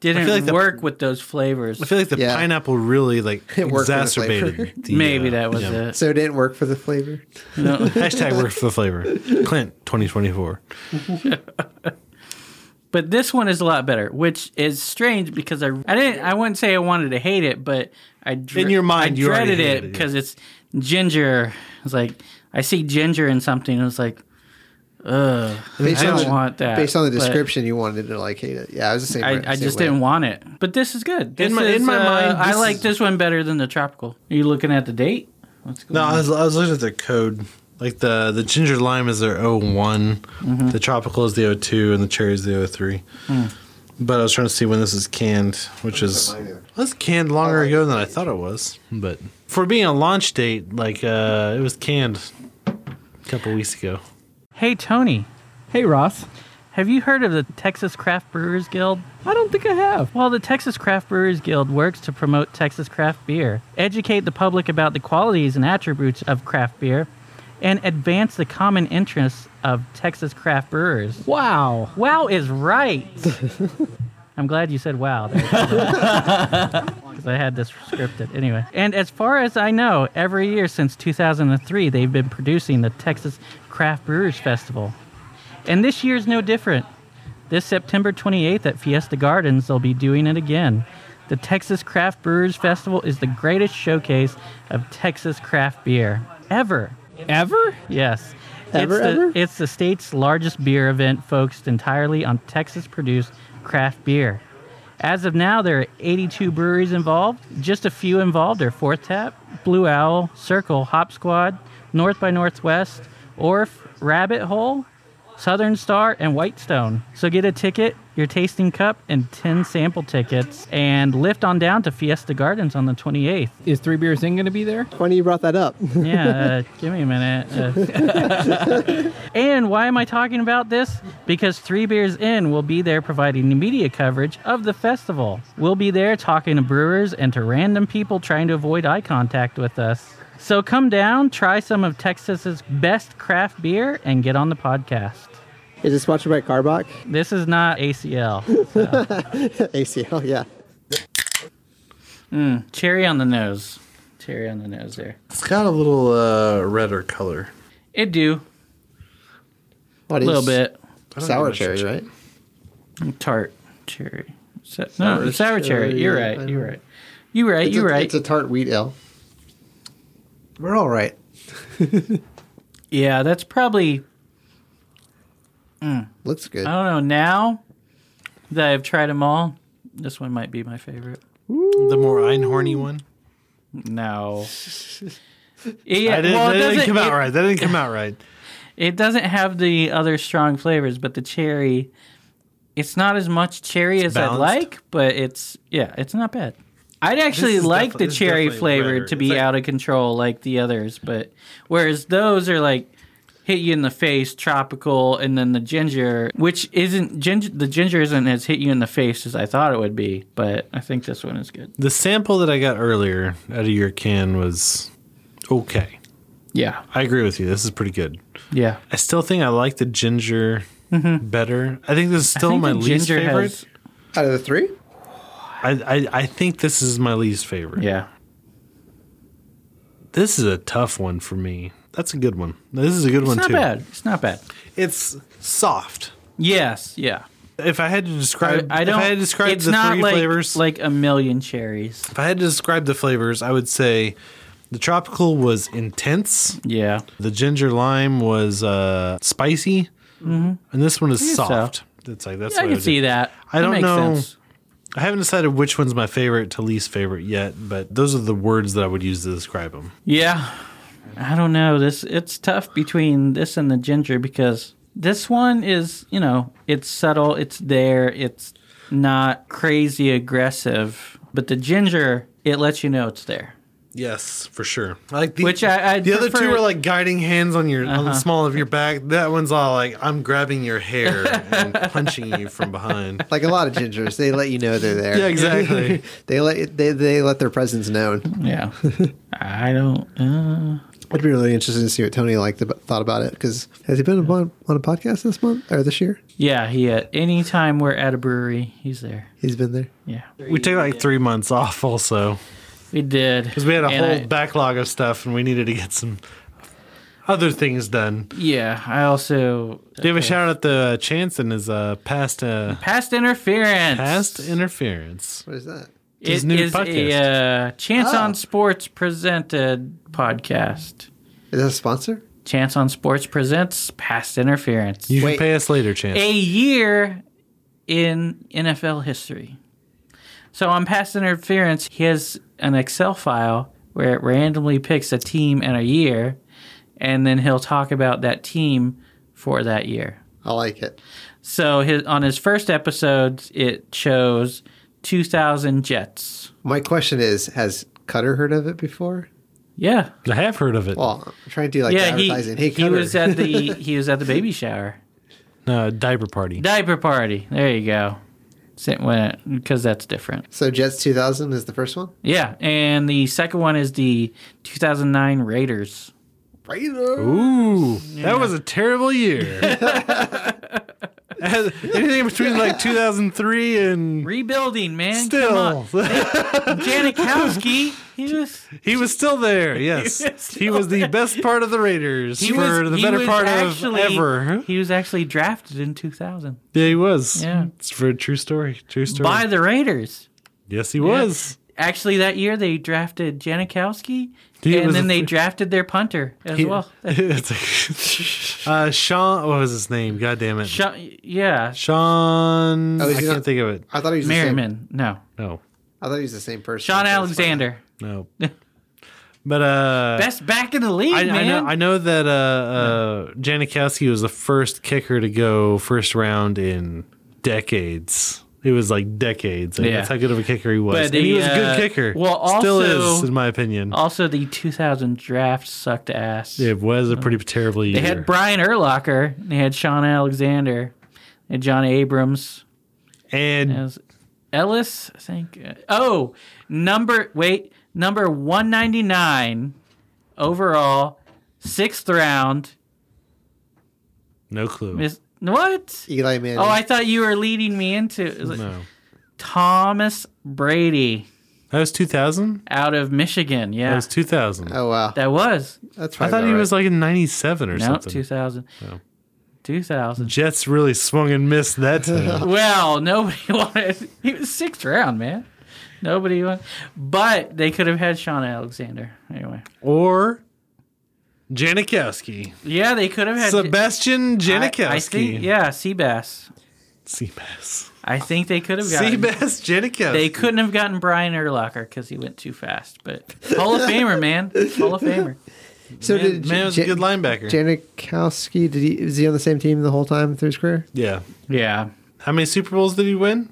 Speaker 4: didn't
Speaker 2: like the-
Speaker 4: work with those flavors.
Speaker 2: I feel like the
Speaker 5: Yeah.
Speaker 2: pineapple really like
Speaker 5: It worked for the flavor.
Speaker 2: exacerbated. The,
Speaker 4: Maybe
Speaker 2: uh,
Speaker 4: that was
Speaker 2: yeah.
Speaker 4: it.
Speaker 5: So it didn't work for the flavor.
Speaker 2: Hashtag worked for the flavor. Clint 2024.
Speaker 4: But this one is a lot better, which is strange because I I didn't I wouldn't say I wanted to hate it, but I dre-
Speaker 2: In your mind,
Speaker 4: I
Speaker 2: you already
Speaker 4: dreaded
Speaker 2: hated
Speaker 4: it
Speaker 2: it, yeah.
Speaker 4: because it's ginger. It's like I see ginger in something, and it's like, ugh,
Speaker 5: Based
Speaker 4: I
Speaker 5: on
Speaker 4: don't
Speaker 5: the-
Speaker 4: want that.
Speaker 5: Based on the
Speaker 4: but
Speaker 5: description, you wanted to like hate it. Yeah, I was the same.
Speaker 4: I,
Speaker 5: right-
Speaker 4: I
Speaker 5: same
Speaker 4: just
Speaker 5: way.
Speaker 4: didn't want it. But this is good. This
Speaker 2: my- in
Speaker 4: is,
Speaker 2: my
Speaker 4: uh,
Speaker 2: mind,
Speaker 4: I
Speaker 2: this
Speaker 4: like
Speaker 2: is-
Speaker 4: this one better than the tropical. Are you looking at the date? What's going
Speaker 2: No,
Speaker 4: on?
Speaker 2: I was, I was looking at the code. Like the the ginger lime is their one
Speaker 5: Mm-hmm.
Speaker 2: the tropical is the 02, and the cherry is the 03.
Speaker 5: Mm.
Speaker 2: But I was trying to see when this is canned, which is that's canned longer ago than I thought it was. But for being a launch date, like uh, it was canned a couple weeks ago.
Speaker 4: Hey Tony,
Speaker 6: Hey Ross,
Speaker 4: have you heard of the Texas Craft Brewers Guild?
Speaker 6: I don't think I have.
Speaker 4: Well, the Texas Craft Brewers Guild works to promote Texas craft beer, educate the public about the qualities and attributes of craft beer, and advance the common interests of Texas craft brewers.
Speaker 6: Wow.
Speaker 4: Wow is right. I'm glad you said wow. Because I had this scripted. Anyway. And as far as I know, every year since 2003, they've been producing the Texas Craft Brewers Festival. And this year's no different. This September 28th at Fiesta Gardens, they'll be doing it again. The Texas Craft Brewers Festival is the greatest showcase of Texas craft beer ever.
Speaker 6: Ever?
Speaker 4: Yes.
Speaker 6: Ever,
Speaker 4: it's, the,
Speaker 6: ever?
Speaker 4: it's the state's largest beer event focused entirely on Texas produced craft beer. As of now, there are 82 breweries involved. Just a few involved are Fourth Tap, Blue Owl, Circle, Hop Squad, North by Northwest, Orf, Rabbit Hole, Southern Star, and Whitestone. So get a ticket, your tasting cup, and 10 sample tickets, and lift on down to Fiesta Gardens on the 28th.
Speaker 6: Is Three Beers In going to be there?
Speaker 5: Funny you brought that up.
Speaker 4: Yeah, uh, give me a minute. Uh, and why am I talking about this? Because Three Beers In will be there providing media coverage of the festival. We'll be there talking to brewers and to random people trying to avoid eye contact with us. So come down, try some of Texas's best craft beer, and get on the podcast.
Speaker 7: Is it sponsored by Carbach?
Speaker 4: This is not ACL.
Speaker 7: ACL, yeah.
Speaker 4: Cherry on the nose. Cherry on the nose there.
Speaker 2: It's got a little uh, redder color.
Speaker 4: It do.
Speaker 5: What
Speaker 4: A
Speaker 5: is
Speaker 4: little bit.
Speaker 2: I don't
Speaker 5: sour
Speaker 2: give a
Speaker 5: cherry,
Speaker 2: shit.
Speaker 5: right?
Speaker 4: tart cherry. Sa- no, the sour cherry.
Speaker 5: cherry,
Speaker 4: You're
Speaker 5: yeah, I
Speaker 4: right. You're
Speaker 5: know.
Speaker 4: right. You're right.
Speaker 5: It's
Speaker 4: You're
Speaker 5: a,
Speaker 4: right.
Speaker 5: It's a tart wheat ale. We're all right.
Speaker 4: yeah, that's probably.
Speaker 5: Looks good.
Speaker 4: I don't know. Now that I've tried them all, this one might be my favorite.
Speaker 2: The more einhorny one.
Speaker 4: No. Yeah,
Speaker 2: I didn't,
Speaker 4: well,
Speaker 2: that
Speaker 4: it
Speaker 2: didn't
Speaker 4: doesn't-
Speaker 2: come out
Speaker 4: it-
Speaker 2: right. That didn't come out right.
Speaker 4: It doesn't have the other strong flavors, but the cherry. It's not as much cherry as I
Speaker 2: balanced.
Speaker 4: like, but it's yeah, it's not bad. I'd actually
Speaker 2: is
Speaker 4: like
Speaker 2: defi-
Speaker 4: the
Speaker 2: this is
Speaker 4: cherry
Speaker 2: definitely
Speaker 4: flavor
Speaker 2: redder.
Speaker 4: to
Speaker 2: It's
Speaker 4: be
Speaker 2: like-
Speaker 4: out of control like the others, but whereas those are like hit you in the face, tropical, and then the ginger, which isn't ginger. The ginger isn't as hit you in the face as I thought it would be, but I think this one is good.
Speaker 2: The sample that I got earlier out of your can was okay.
Speaker 4: Yeah,
Speaker 2: I agree with you. This is pretty good.
Speaker 4: yeah.
Speaker 2: I still think I like the ginger better. I think this is still
Speaker 4: Mm-hmm. think
Speaker 2: my
Speaker 4: the
Speaker 2: least
Speaker 4: ginger
Speaker 2: favorite.
Speaker 4: has-
Speaker 5: Out of the three,
Speaker 2: I, I I think this is my least favorite.
Speaker 4: Yeah,
Speaker 2: This is a tough one for me. That's a good one. This is a good
Speaker 4: it's
Speaker 2: one
Speaker 4: not
Speaker 2: too.
Speaker 4: bad. It's not bad.
Speaker 2: It's soft.
Speaker 4: Yes, yeah.
Speaker 2: If I had to
Speaker 4: I,
Speaker 2: describe,
Speaker 4: I don't.
Speaker 2: if I had to describe
Speaker 4: it's
Speaker 2: the
Speaker 4: not
Speaker 2: three
Speaker 4: like,
Speaker 2: flavors,
Speaker 4: like a million cherries.
Speaker 2: if I had to describe the flavors, I would say the tropical was intense.
Speaker 4: Yeah,
Speaker 2: The ginger lime was uh, spicy, and this one is
Speaker 4: guess Mm-hmm. so.
Speaker 2: soft. It's like that's.
Speaker 4: I
Speaker 2: what
Speaker 4: can
Speaker 2: would
Speaker 4: see
Speaker 2: do.
Speaker 4: that.
Speaker 2: I
Speaker 4: That
Speaker 2: don't
Speaker 4: makes
Speaker 2: know.
Speaker 4: Sense.
Speaker 2: I haven't decided which one's my favorite to least favorite yet, but those are the words that I would use to describe them.
Speaker 4: Yeah, I don't know. This it's tough between this and the ginger because this one is you know it's subtle, it's there, it's not crazy aggressive, but the ginger it lets you know it's there.
Speaker 2: Yes, for sure. I Like the,
Speaker 4: Which I- I'd
Speaker 2: the other two
Speaker 4: prefer- Uh-huh.
Speaker 2: are like guiding hands on your on the small of your back. That one's all like I'm grabbing your hair and punching you from behind.
Speaker 5: Like a lot of gingers, they let you know they're there.
Speaker 2: Yeah, exactly.
Speaker 5: they let they, they let their presence known.
Speaker 4: Yeah. I don't. Uh,
Speaker 5: I'd be really interested to see what Tony liked about, thought about it because has he been on, on a podcast this month or this year?
Speaker 4: yeah, he at any time we're at a brewery, he's there.
Speaker 5: He's been there.
Speaker 4: Yeah,
Speaker 2: We took like three months off also
Speaker 4: we did
Speaker 2: because we had a
Speaker 4: And
Speaker 2: whole
Speaker 4: I-
Speaker 2: backlog of stuff and we needed to get some other things done.
Speaker 4: yeah, I also
Speaker 2: Give a shout out to uh, Chance and his uh, past uh,
Speaker 4: past interference.
Speaker 2: past interference.
Speaker 5: What is that?
Speaker 4: It
Speaker 2: his new
Speaker 4: is a
Speaker 2: podcast.
Speaker 4: uh, Chance
Speaker 5: Oh.
Speaker 4: on Sports presented podcast.
Speaker 5: Is that a sponsor?
Speaker 4: Chance on Sports presents Past Interference.
Speaker 2: You
Speaker 5: Wait.
Speaker 2: can pay us later, Chance.
Speaker 4: a year in NFL history. So on Past Interference, he has an Excel file where it randomly picks a team and a year, and then he'll talk about that team for that year.
Speaker 5: I like it.
Speaker 4: So his, on his first episodes, it shows 2000 Jets.
Speaker 5: My question is, has Cutter heard of it before?
Speaker 4: Yeah,
Speaker 2: I have heard of it.
Speaker 5: Well, I'm trying to do like
Speaker 4: yeah. He,
Speaker 5: advertising. hey,
Speaker 4: he
Speaker 5: Cutter.
Speaker 4: was at the he was at the baby shower.
Speaker 2: No, diaper party.
Speaker 4: Diaper party. There you go. Because that's different.
Speaker 5: so Jets 2000 is the first one.
Speaker 4: Yeah, and the second one is the 2009 Raiders.
Speaker 2: Ooh, that was a terrible year. As- Anything between like 2003 and
Speaker 4: Rebuilding, man.
Speaker 2: still,
Speaker 4: Janikowski, he was
Speaker 2: he was still there. Yes, he was, the best part of the Raiders
Speaker 4: he
Speaker 2: for
Speaker 4: was
Speaker 2: the
Speaker 4: he
Speaker 2: better
Speaker 4: was
Speaker 2: part
Speaker 4: actually,
Speaker 2: of ever.
Speaker 4: He was actually drafted in 2000
Speaker 2: Yeah, he was.
Speaker 4: Yeah.
Speaker 2: it's for a true story. True story.
Speaker 4: by the Raiders.
Speaker 2: yes, he was.
Speaker 4: Actually, that year they drafted Janikowski,
Speaker 2: He
Speaker 4: and
Speaker 2: was
Speaker 4: then
Speaker 2: a-
Speaker 4: they drafted their punter as
Speaker 2: He-
Speaker 4: well.
Speaker 2: It's like- uh, Sean, what was his name? God damn it,
Speaker 4: Sean, yeah,
Speaker 2: Sean.
Speaker 5: Oh,
Speaker 2: I
Speaker 5: is he
Speaker 2: can't
Speaker 5: not-
Speaker 2: think of it.
Speaker 5: I thought he was the same.
Speaker 4: Merriman. No,
Speaker 2: No,
Speaker 5: I thought he was the same person.
Speaker 4: Sean
Speaker 5: That's fine.
Speaker 4: Alexander,
Speaker 2: no. But uh,
Speaker 4: best back in the league,
Speaker 2: I, I
Speaker 4: man.
Speaker 2: know. I know that uh, uh, Janikowski was the first kicker to go first round in decades. It was like decades. Like,
Speaker 4: Yeah.
Speaker 2: That's how good of a kicker he was.
Speaker 4: But
Speaker 2: and he
Speaker 4: the,
Speaker 2: was a good
Speaker 4: uh,
Speaker 2: kicker.
Speaker 4: well,
Speaker 2: still
Speaker 4: also-
Speaker 2: is, in my opinion.
Speaker 4: Also, the 2000 draft sucked ass.
Speaker 2: it was a pretty terrible year.
Speaker 4: They had Brian Urlacher. They had Sean Alexander. They had John Abrams.
Speaker 2: and
Speaker 4: It was Ellis, I think. Oh, number wait, number one ninety nine overall, sixth round.
Speaker 2: no clue.
Speaker 4: Miss what?
Speaker 5: Eli Manning.
Speaker 4: Oh, I thought you were leading me into it was like,
Speaker 2: no,
Speaker 4: Thomas Brady
Speaker 2: that was two thousand.
Speaker 4: out of Michigan.
Speaker 2: That
Speaker 4: Yeah,
Speaker 2: was two thousand.
Speaker 5: Oh wow,
Speaker 4: that was
Speaker 5: that's
Speaker 2: I
Speaker 5: probably
Speaker 2: thought he
Speaker 5: about
Speaker 2: was like in ninety seven or
Speaker 4: no
Speaker 2: something.
Speaker 4: two thousand. Two thousand.
Speaker 2: Jets really swung and missed that time.
Speaker 4: Well, nobody wanted. He was sixth round, man. Nobody wanted. But they could have had Sean Alexander anyway.
Speaker 2: or Janikowski.
Speaker 4: Yeah, they could have had
Speaker 2: Sebastian
Speaker 4: I-
Speaker 2: Janikowski.
Speaker 4: I, think yeah, Seabass.
Speaker 2: Seabass.
Speaker 4: I think they could have gotten.
Speaker 2: Seabass Janikowski.
Speaker 4: They couldn't have gotten Brian Urlacher because he went too fast. But Hall of Famer, man, Hall of Famer.
Speaker 5: right. So
Speaker 2: Man,
Speaker 5: did
Speaker 2: man was a
Speaker 5: Jan-
Speaker 2: good linebacker.
Speaker 5: Janikowski? Did he was he on the same team the whole time through his career?
Speaker 2: yeah.
Speaker 4: Yeah,
Speaker 2: How many Super Bowls did he win?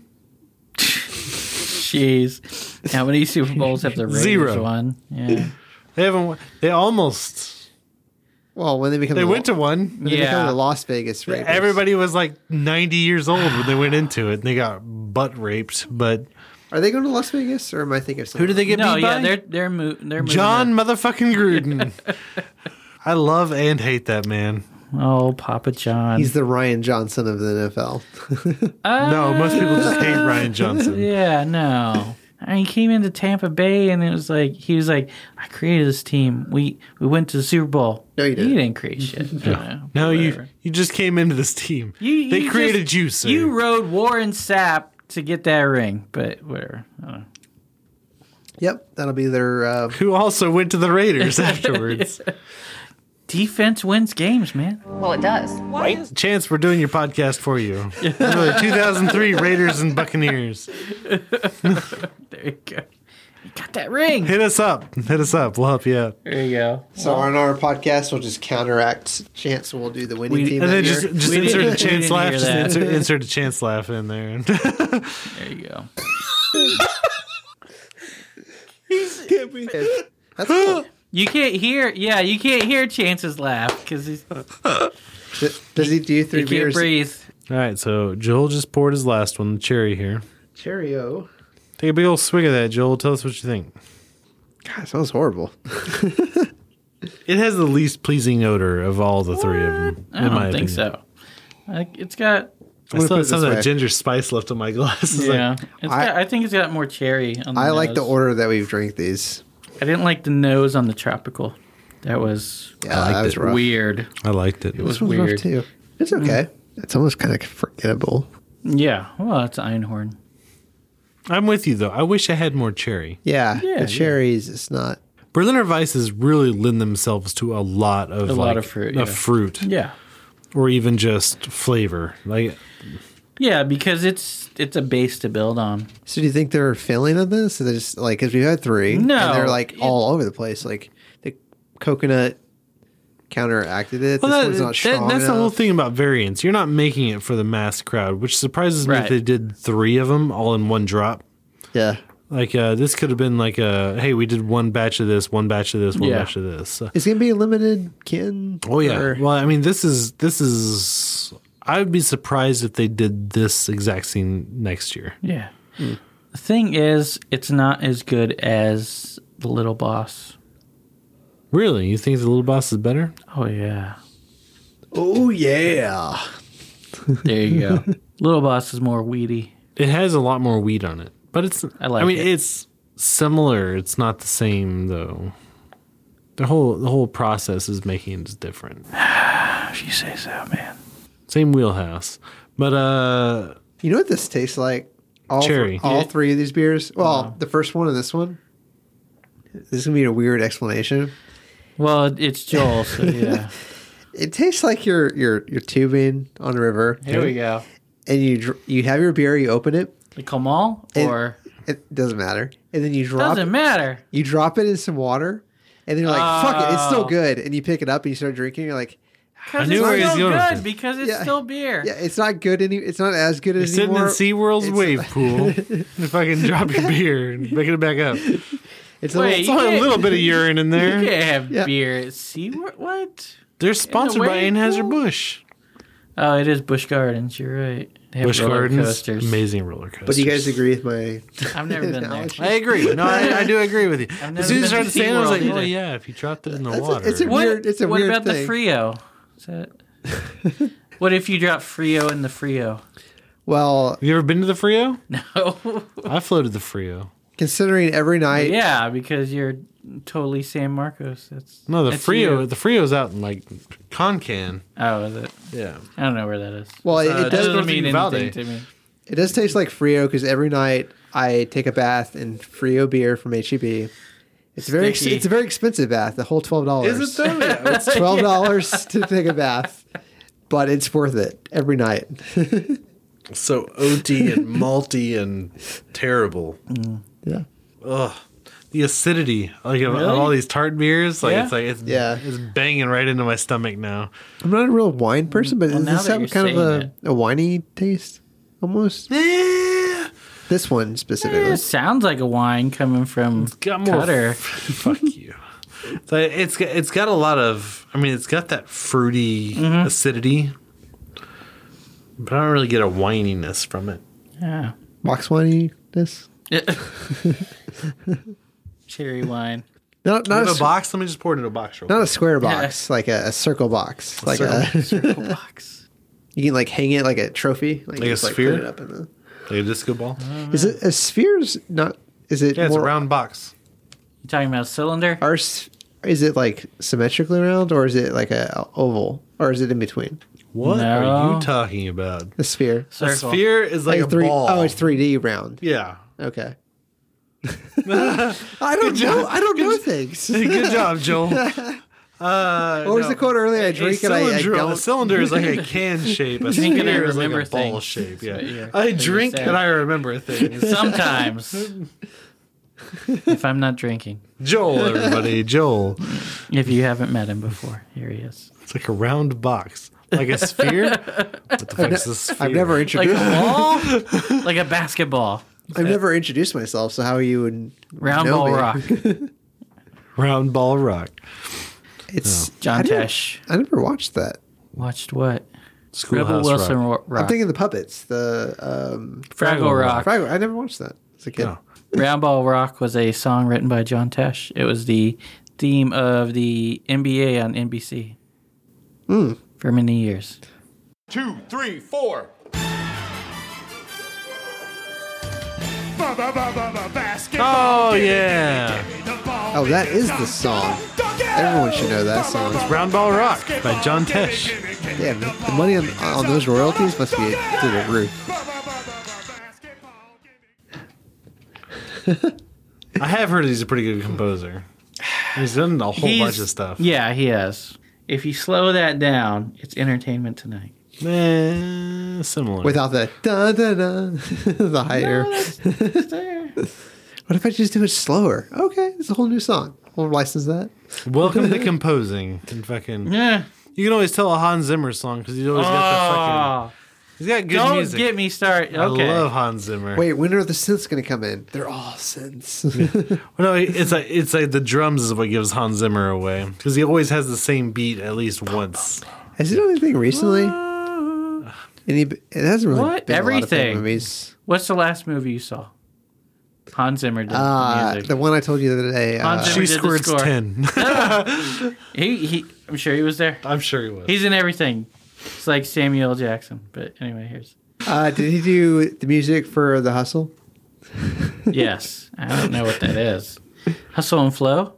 Speaker 4: jeez. How many Super Bowls have the Raiders
Speaker 2: Zero.
Speaker 4: won? Yeah,
Speaker 2: They haven't. won- They almost.
Speaker 5: Well, when they become
Speaker 2: They
Speaker 5: the,
Speaker 2: went to one.
Speaker 5: when they become
Speaker 4: Yeah.
Speaker 5: the Las Vegas Raiders.
Speaker 2: Everybody was like 90 years old when they went into it, and they got butt raped. But
Speaker 5: are they going to Las Vegas or am I thinking of someone?
Speaker 2: they get
Speaker 4: no, yeah, they're they're mo- they're moving
Speaker 2: John motherfucking Gruden. I love and hate that man.
Speaker 4: on. Oh, Papa John.
Speaker 5: He's the Ryan Johnson of the NFL.
Speaker 2: No, most people just hate Ryan Johnson.
Speaker 4: Uh, Yeah, no. I mean, he came into Tampa Bay and it was like he was like, I created this team. We we went to the Super Bowl.
Speaker 5: No, you
Speaker 4: You
Speaker 5: didn't.
Speaker 4: didn't create shit. you know,
Speaker 2: No, you
Speaker 4: whatever.
Speaker 2: you just came into this team.
Speaker 4: You-
Speaker 2: they
Speaker 4: you
Speaker 2: created
Speaker 4: just-
Speaker 2: you, sir.
Speaker 4: You rode Warren Sapp to get that ring, but whatever. I don't know.
Speaker 5: yep, that'll be their. Uh,
Speaker 2: who also went to the Raiders afterwards.
Speaker 4: Defense wins games, man.
Speaker 8: Well, it does.
Speaker 2: Chance, we're doing your podcast for you. Really, 2003 Raiders and Buccaneers.
Speaker 4: There you go. You got that ring.
Speaker 2: Hit us up. Hit us up. We'll help you out.
Speaker 4: There you go.
Speaker 5: so on our podcast, we'll just counteract Chance. We'll do the
Speaker 4: We-
Speaker 5: winning team.
Speaker 2: And
Speaker 5: that
Speaker 2: then just,
Speaker 5: year.
Speaker 2: just
Speaker 4: We didn't-
Speaker 2: insert
Speaker 4: we
Speaker 2: a chance
Speaker 4: didn't
Speaker 2: laugh.
Speaker 4: hear
Speaker 2: Just
Speaker 4: that.
Speaker 2: insert, insert a chance laugh in there.
Speaker 4: There you go.
Speaker 5: That's cool.
Speaker 4: You can't hear. Yeah, you can't hear Chance's laugh because he
Speaker 5: D- Does he do three
Speaker 4: can't
Speaker 5: beers?
Speaker 4: breathe.
Speaker 2: All right, so Joel just poured his last one, the cherry here.
Speaker 5: Cheerio.
Speaker 2: Take a big old swig of that, Joel. Tell us what you think.
Speaker 5: God, it sounds horrible.
Speaker 2: It has the least pleasing odor of all the three of them.
Speaker 4: I
Speaker 2: in
Speaker 4: don't
Speaker 2: my
Speaker 4: think
Speaker 2: opinion.
Speaker 4: so. Like, it's got.
Speaker 2: I still
Speaker 5: put it
Speaker 2: have some of
Speaker 5: this
Speaker 2: that
Speaker 5: way.
Speaker 2: ginger spice left on my glass. It's
Speaker 4: Yeah,
Speaker 2: like,
Speaker 4: it's
Speaker 5: I-
Speaker 4: I, got, I think it's got more cherry. On the
Speaker 5: I like the
Speaker 4: nose.
Speaker 5: order that we've drank these.
Speaker 4: I didn't like the nose on the tropical. That was
Speaker 5: Yeah, that was rough.
Speaker 4: weird.
Speaker 2: I liked it.
Speaker 4: It was
Speaker 5: This one's rough
Speaker 4: weird.
Speaker 5: too. It's okay. It's almost kind of forgettable.
Speaker 4: Yeah. Well, it's Einhorn.
Speaker 2: I'm with you though. I wish I had more cherry.
Speaker 5: Yeah,
Speaker 4: Yeah, yeah.
Speaker 5: the cherries. It's not.
Speaker 2: Berliner Weisses really lend themselves to a lot of
Speaker 4: A lot
Speaker 2: like,
Speaker 4: of fruit,
Speaker 2: a
Speaker 4: yeah.
Speaker 2: fruit,
Speaker 4: Yeah.
Speaker 2: or even just flavor. Like
Speaker 4: Yeah, because it's it's a base to build on.
Speaker 5: So do you think they're failing on this? They're just like because we've had three,
Speaker 4: No.
Speaker 5: and they're like all over the place. Like the coconut counteracted it.
Speaker 2: well,
Speaker 5: this
Speaker 2: that-
Speaker 5: one's not
Speaker 2: that-
Speaker 5: strong
Speaker 2: that's the whole
Speaker 5: enough.
Speaker 2: thing about variants. You're not making it for the mass crowd, which surprises me
Speaker 4: Right.
Speaker 2: if they did three of them all in one drop.
Speaker 5: Yeah,
Speaker 2: Like uh, this could have been like a hey, we did one batch of this, one batch of this, one
Speaker 4: Yeah.
Speaker 2: batch of this.
Speaker 5: it's gonna be a limited kin.
Speaker 2: Oh yeah.
Speaker 5: or-
Speaker 2: Well, I mean, this is this is. I would be surprised if they did this exact scene next year.
Speaker 4: Yeah. The thing is, it's not as good as the Little Boss.
Speaker 2: Really, you think the little boss is better?
Speaker 4: Oh yeah.
Speaker 5: oh yeah.
Speaker 4: There you go. Little Boss is more weedy.
Speaker 2: It has a lot more weed on it, but it's.
Speaker 4: I like
Speaker 2: I mean,
Speaker 4: it.
Speaker 2: it's similar. It's not the same though. The whole the whole process is making it different.
Speaker 4: If you say so, man.
Speaker 2: Same wheelhouse, but uh,
Speaker 5: You know what this tastes like? All thr-
Speaker 2: Cherry.
Speaker 5: all three of these beers. Well, the first one and this one. This is gonna be a weird explanation.
Speaker 4: Well, it- it's Joel, so yeah.
Speaker 5: It tastes like your your your tubing on a river,
Speaker 4: Here we go.
Speaker 5: and you dr- you have your beer, you open it.
Speaker 4: The Kamal
Speaker 5: It-
Speaker 4: or
Speaker 5: It doesn't matter, and then you drop
Speaker 4: doesn't matter.
Speaker 5: you drop it in some water, and then you're like, "Fuck it, it's still
Speaker 4: Oh.
Speaker 5: good." And you pick it up and you start drinking. You're like,
Speaker 4: Because
Speaker 2: knew
Speaker 4: it's
Speaker 2: where he was
Speaker 4: still
Speaker 2: going with
Speaker 4: good
Speaker 2: it.
Speaker 4: because it's
Speaker 5: Yeah.
Speaker 4: still beer.
Speaker 5: "Yeah, it's not good any. It's not as good
Speaker 2: you're
Speaker 5: as
Speaker 2: sitting in
Speaker 5: anymore."
Speaker 2: SeaWorld's
Speaker 5: it's-
Speaker 2: wave pool. if I can drop your beer and pick it back up,
Speaker 5: It's a
Speaker 4: Wait,
Speaker 5: little,
Speaker 2: it's only a
Speaker 4: can't-
Speaker 2: little bit of urine in
Speaker 4: You
Speaker 2: there.
Speaker 4: can't have
Speaker 5: Yeah.
Speaker 4: beer at SeaWorld. What?
Speaker 2: They're sponsored by
Speaker 4: wave
Speaker 2: Anheuser
Speaker 4: pool?
Speaker 2: Busch.
Speaker 4: Oh, it is Busch Gardens. You're right. They have
Speaker 2: Busch
Speaker 4: roller
Speaker 2: Gardens,
Speaker 4: coasters.
Speaker 2: amazing roller coasters.
Speaker 5: but do you guys agree with my?
Speaker 4: I've never been there.
Speaker 5: analogy?
Speaker 2: I agree. No, I, I do agree with you.
Speaker 4: never
Speaker 2: As soon as you
Speaker 4: been
Speaker 2: started
Speaker 4: to
Speaker 2: saying, it, I was
Speaker 4: SeaWorld
Speaker 2: like, "Oh
Speaker 4: either.
Speaker 2: yeah, if you dropped it in the
Speaker 5: That's a-
Speaker 2: water."
Speaker 5: it's a-
Speaker 4: What,
Speaker 5: Weird- it's a
Speaker 4: what
Speaker 5: weird
Speaker 4: about the
Speaker 5: thing.
Speaker 4: Frio? Is that... what if you drop Frio in the Frio?
Speaker 5: Well,
Speaker 2: Have you ever been to the Frio?
Speaker 4: No.
Speaker 2: I floated the Frio.
Speaker 5: considering every night,
Speaker 4: yeah, because you're totally San Marcos. That's
Speaker 2: No, the
Speaker 4: that's
Speaker 2: Frio.
Speaker 4: you.
Speaker 2: The Frio's out in like Concan.
Speaker 4: Oh, is it?
Speaker 2: Yeah.
Speaker 4: I don't know where that is.
Speaker 5: well, it,
Speaker 2: Uh,
Speaker 5: it
Speaker 4: That
Speaker 5: does
Speaker 2: North
Speaker 4: doesn't mean anything
Speaker 2: Uvalde.
Speaker 4: to me.
Speaker 5: it does taste like Frio because every night I take a bath in Frio beer from HEB. It's very ex-
Speaker 4: Sticky.
Speaker 5: it's a very expensive bath. The whole twelve dollars.
Speaker 2: Is it though? Yeah, it's-
Speaker 5: Twelve dollars to take a bath, but it's worth it every night.
Speaker 2: so oaty and malty and terrible.
Speaker 5: yeah.
Speaker 2: Ugh. The acidity, like of, of
Speaker 4: Really?
Speaker 2: all these tart beers, like
Speaker 4: Yeah.
Speaker 2: it's like it's
Speaker 5: Yeah.
Speaker 2: it's banging right into my stomach now.
Speaker 5: I'm not a real wine person, but
Speaker 4: Well,
Speaker 5: does
Speaker 4: now
Speaker 5: this
Speaker 4: that
Speaker 5: have
Speaker 4: you're
Speaker 5: kind of
Speaker 4: saying
Speaker 5: a, a winey taste almost?
Speaker 2: Eh,
Speaker 5: This one specifically.
Speaker 4: It sounds like a wine coming from
Speaker 2: got more
Speaker 4: Cutter.
Speaker 2: fuck you. So it's got- it's got a lot of. I mean, it's got that fruity acidity, but I don't really get a wininess from it.
Speaker 4: Yeah.
Speaker 5: Box wininess.
Speaker 4: Cherry wine.
Speaker 5: Not
Speaker 2: Out
Speaker 5: not a,
Speaker 2: of a
Speaker 5: s-
Speaker 2: box. Let me just pour it in a box real
Speaker 5: not
Speaker 2: quick.
Speaker 5: a square box, like a, a circle box. like a,
Speaker 4: Circle box.
Speaker 5: you can like hang it like a trophy. Like,
Speaker 2: Like a
Speaker 5: just, like, put
Speaker 2: sphere?
Speaker 5: it up in the,
Speaker 2: Like a disco ball.
Speaker 5: is it a sphere's not is it
Speaker 2: Yeah, it's a
Speaker 5: more-
Speaker 2: round box.
Speaker 4: You talking about a cylinder?
Speaker 5: are s- is it like symmetrically round or is it like a oval? Or is it in between?
Speaker 2: What are
Speaker 4: No.
Speaker 2: you talking about?
Speaker 5: The sphere.
Speaker 2: A
Speaker 4: Circle.
Speaker 2: sphere is like, a
Speaker 5: three oh
Speaker 2: ball.
Speaker 5: it's three D round.
Speaker 2: yeah.
Speaker 5: Okay. I don't know. I don't know things.
Speaker 2: Good job, Joel. Uh,
Speaker 5: What was the quote earlier? I drink and I, I
Speaker 2: cylinder, a
Speaker 5: don't.
Speaker 2: cylinder is like a can shape. A
Speaker 4: Drink and I
Speaker 2: sphere is like a
Speaker 4: remember
Speaker 2: ball
Speaker 4: things.
Speaker 2: shape. Yeah.
Speaker 4: you're-
Speaker 2: I
Speaker 4: that's what
Speaker 2: drink
Speaker 4: you said.
Speaker 2: and I remember things.
Speaker 4: Sometimes. if I'm not drinking.
Speaker 2: Joel, everybody, Joel.
Speaker 4: If you haven't met him before, here he is.
Speaker 2: It's like a round box, like a sphere. what the fuck is a sphere?
Speaker 5: I've never
Speaker 4: Like a
Speaker 5: introduced.
Speaker 4: ball? like a basketball.
Speaker 5: I've never introduced myself. So how you would
Speaker 4: Round
Speaker 5: know
Speaker 4: ball
Speaker 5: me.
Speaker 4: rock.
Speaker 2: Round Ball Rock.
Speaker 5: It's
Speaker 4: John
Speaker 5: I didn't-
Speaker 4: Tesh
Speaker 5: I never watched that.
Speaker 4: watched what? Rebel
Speaker 2: Schoolhouse
Speaker 4: Wilson
Speaker 2: Rock.
Speaker 4: Rock.
Speaker 5: I'm thinking the puppets. The um,
Speaker 4: Fraggle Rock.
Speaker 5: Fraggle- I never watched that as a kid.
Speaker 2: No.
Speaker 4: Round Ball Rock was a song written by John Tesh. It was the theme of the NBA on NBC
Speaker 2: Hmm.
Speaker 4: for many years.
Speaker 8: two, three, four. Ba, ba, ba, ba, ba, basketball.
Speaker 2: Oh,
Speaker 8: Give me,
Speaker 2: yeah.
Speaker 8: give me, give me the ball.
Speaker 5: Oh, that
Speaker 8: It's
Speaker 5: is the
Speaker 8: dunk,
Speaker 5: song.
Speaker 8: dunk, dunk,
Speaker 5: Everyone should know that
Speaker 8: Ba, ba,
Speaker 5: song.
Speaker 8: ba,
Speaker 5: It's
Speaker 2: Round Ball Rock by John
Speaker 8: Give me,
Speaker 2: Tesh.
Speaker 8: give me, give me
Speaker 5: Yeah,
Speaker 8: the
Speaker 5: the
Speaker 8: ball.
Speaker 5: money on, on those royalties must be through the roof.
Speaker 8: Ba, ba, ba, ba, ba, basketball. Give me-
Speaker 2: I have heard he's a pretty good composer. He's done a whole
Speaker 4: He's-
Speaker 2: bunch of stuff.
Speaker 4: Yeah, he has. If you slow that down, it's entertainment tonight.
Speaker 2: Eh, similar.
Speaker 5: Without the da da da, the higher. what if I just do it slower? Okay, it's a whole new song. We'll license that.
Speaker 2: Welcome to composing. And fucking,
Speaker 4: Yeah.
Speaker 2: you can always tell a Hans Zimmer song because he's always got the fucking.
Speaker 4: Oh,
Speaker 2: He's got good
Speaker 4: don't
Speaker 2: music.
Speaker 4: get me started. Okay.
Speaker 2: I love Hans Zimmer.
Speaker 5: Wait, when are the synths going to come in? They're all synths.
Speaker 2: Well, no, it's like it's like the drums is what gives Hans Zimmer away because he always has the same beat at least once.
Speaker 5: Has he done anything recently? Any? It hasn't really
Speaker 4: What?
Speaker 5: been a lot of big
Speaker 4: Everything.
Speaker 5: movies.
Speaker 4: What's the last movie you saw? Hans Zimmer did the
Speaker 5: Uh,
Speaker 4: music.
Speaker 5: the one I told you the other day.
Speaker 4: Hans
Speaker 5: Uh,
Speaker 4: Zimmer
Speaker 2: She
Speaker 4: did the
Speaker 2: squirts
Speaker 4: score.
Speaker 2: ten.
Speaker 4: He, he, I'm sure he was there.
Speaker 2: I'm sure he was.
Speaker 4: He's in everything. It's like Samuel L. Jackson. But anyway, here's.
Speaker 5: uh, did he do the music for The Hustle?
Speaker 4: Yes. I don't know what that is. Hustle and Flow?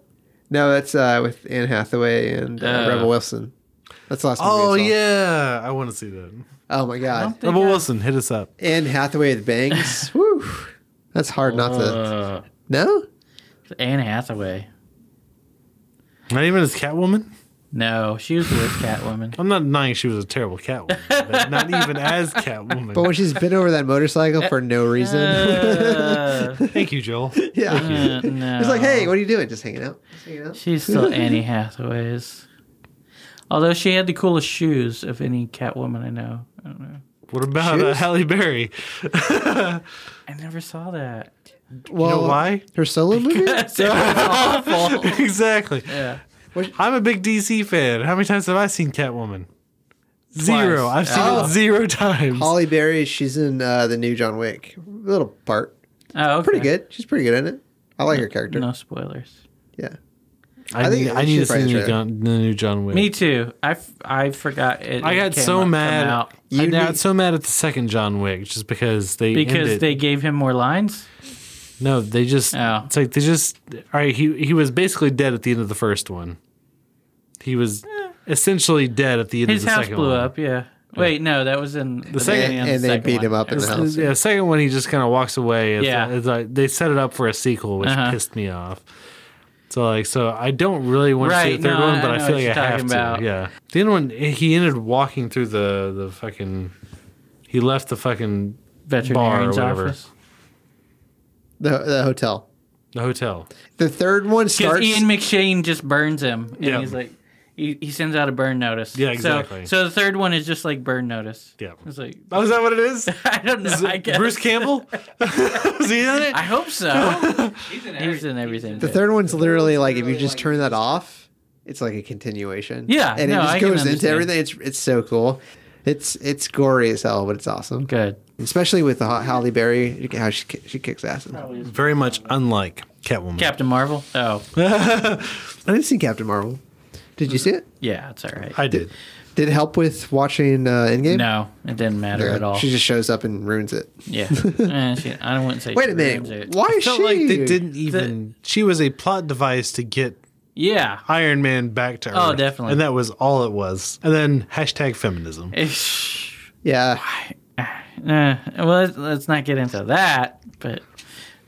Speaker 5: No, that's uh, with Anne Hathaway and uh,
Speaker 4: Uh.
Speaker 5: Rebel Wilson. That's the last movie. I
Speaker 2: oh
Speaker 5: saw.
Speaker 2: yeah, I want to see that.
Speaker 5: Oh my god.
Speaker 4: think
Speaker 2: Rebel
Speaker 4: I-
Speaker 2: Wilson, hit us up.
Speaker 5: Anne Hathaway with bangs. Woo. That's hard not to.
Speaker 4: Uh,
Speaker 5: No?
Speaker 4: Anne Hathaway.
Speaker 2: Not even as Catwoman.
Speaker 4: No, she was with Catwoman.
Speaker 2: I'm not denying she was a terrible Catwoman, but not even as Catwoman.
Speaker 5: But when she's been over that motorcycle for no reason.
Speaker 4: Uh,
Speaker 2: Thank you, Joel.
Speaker 5: yeah.
Speaker 4: uh, no.
Speaker 5: It's like, hey, what are you doing? Just hanging out. Just hanging out.
Speaker 4: She's still Annie Hathaway's. Although she had the coolest shoes of any Catwoman I know. I don't know.
Speaker 2: What about uh,
Speaker 5: Shoes?
Speaker 2: Halle Berry?
Speaker 4: I never saw that.
Speaker 5: Well,
Speaker 2: why?
Speaker 5: Her solo movie?
Speaker 4: That's awful.
Speaker 2: exactly.
Speaker 4: Yeah.
Speaker 2: I'm a big DC fan. How many times have I seen Catwoman? Zero.
Speaker 4: Twice.
Speaker 2: I've seen it zero times.
Speaker 5: Holly Berry, she's in uh, the new John Wick. Little part.
Speaker 4: Oh, okay.
Speaker 5: Pretty good. She's pretty good in it. I like her character.
Speaker 4: No spoilers.
Speaker 5: Yeah.
Speaker 2: I,
Speaker 5: I think
Speaker 2: need,
Speaker 5: it
Speaker 2: I need to
Speaker 5: should
Speaker 2: see the
Speaker 5: probably
Speaker 2: new,
Speaker 5: try.
Speaker 2: John, the new John Wick.
Speaker 4: Me too. I, f- I forgot it.
Speaker 2: I
Speaker 4: it
Speaker 2: got
Speaker 4: came
Speaker 2: so
Speaker 4: out- come
Speaker 2: mad.
Speaker 4: out.
Speaker 2: I
Speaker 5: You
Speaker 2: got
Speaker 5: need-
Speaker 2: so mad at the second John Wick just because they
Speaker 4: because
Speaker 2: ended-
Speaker 4: they gave him more lines.
Speaker 2: no they just
Speaker 4: Oh.
Speaker 2: it's like they just all right he he was basically dead at the end of the first one. He was essentially dead at the end
Speaker 4: Eh. His
Speaker 2: of the
Speaker 4: house
Speaker 2: second
Speaker 4: blew
Speaker 2: one.
Speaker 4: up. Yeah. Wait, no, that was in the,
Speaker 2: second-
Speaker 4: beginning of
Speaker 5: And- and
Speaker 4: the
Speaker 5: they
Speaker 4: second
Speaker 5: beat
Speaker 4: one.
Speaker 5: him up in the
Speaker 4: It was-
Speaker 5: house.
Speaker 2: Yeah, the second one he just kind of walks away. It's
Speaker 4: Yeah.
Speaker 2: it's like they set it up for a sequel, which
Speaker 4: Uh-huh.
Speaker 2: pissed me off. So like, so I don't really want to see
Speaker 4: Right,
Speaker 2: the third
Speaker 4: no,
Speaker 2: one,
Speaker 4: I-
Speaker 2: but
Speaker 4: I
Speaker 2: I,
Speaker 4: know
Speaker 2: feel
Speaker 4: what
Speaker 2: like
Speaker 4: you're
Speaker 2: I have
Speaker 4: talking
Speaker 2: to.
Speaker 4: about.
Speaker 2: Yeah, the other one he ended walking through the the fucking. He left the fucking
Speaker 4: Veterinarian's
Speaker 2: Bar or whatever.
Speaker 4: office.
Speaker 5: The, the hotel.
Speaker 2: the hotel.
Speaker 5: The third one
Speaker 4: Because
Speaker 5: starts.
Speaker 4: Ian McShane just burns him, and
Speaker 2: Yeah.
Speaker 4: he's like, he, he sends out a burn notice.
Speaker 2: Yeah,
Speaker 4: So-
Speaker 2: exactly.
Speaker 4: So, the third one is just like burn notice.
Speaker 2: Yeah.
Speaker 4: It's like
Speaker 2: Oh, is that what it is?
Speaker 4: I don't know. I guess.
Speaker 2: Bruce Campbell? Is he in it?
Speaker 4: I hope so. he's in everything. He's in everything.
Speaker 5: The third one's literally like if you just turn that off, it's like a continuation.
Speaker 4: Yeah,
Speaker 5: and
Speaker 4: no,
Speaker 5: it just
Speaker 4: I can
Speaker 5: goes into
Speaker 4: understand.
Speaker 5: everything. It's it's so cool. It's it's gory as hell, but it's awesome.
Speaker 4: Good.
Speaker 5: Especially with the Ho- Halle Berry, how she ki- she kicks ass. I
Speaker 2: Very much unlike Catwoman.
Speaker 4: Captain Marvel. Oh,
Speaker 5: didn't see Captain Marvel. Did you see it?
Speaker 4: yeah, it's all right.
Speaker 2: I did.
Speaker 5: Did it help with watching uh, Endgame?
Speaker 4: No, it didn't matter
Speaker 5: Yeah,
Speaker 4: at all.
Speaker 5: She just shows up and ruins it.
Speaker 4: yeah. Eh, she- I wouldn't say.
Speaker 5: Wait
Speaker 4: she
Speaker 5: a
Speaker 4: ruins
Speaker 5: minute.
Speaker 4: it.
Speaker 5: Why
Speaker 2: I
Speaker 5: is
Speaker 2: felt
Speaker 5: she?
Speaker 2: like they didn't even. she was a plot device to get
Speaker 4: Yeah.
Speaker 2: Iron Man back to Earth.
Speaker 4: Oh, definitely.
Speaker 2: And that was all it was. And then hashtag feminism.
Speaker 4: Ish.
Speaker 5: Yeah,
Speaker 4: Uh, well, let's, let's not get into that. But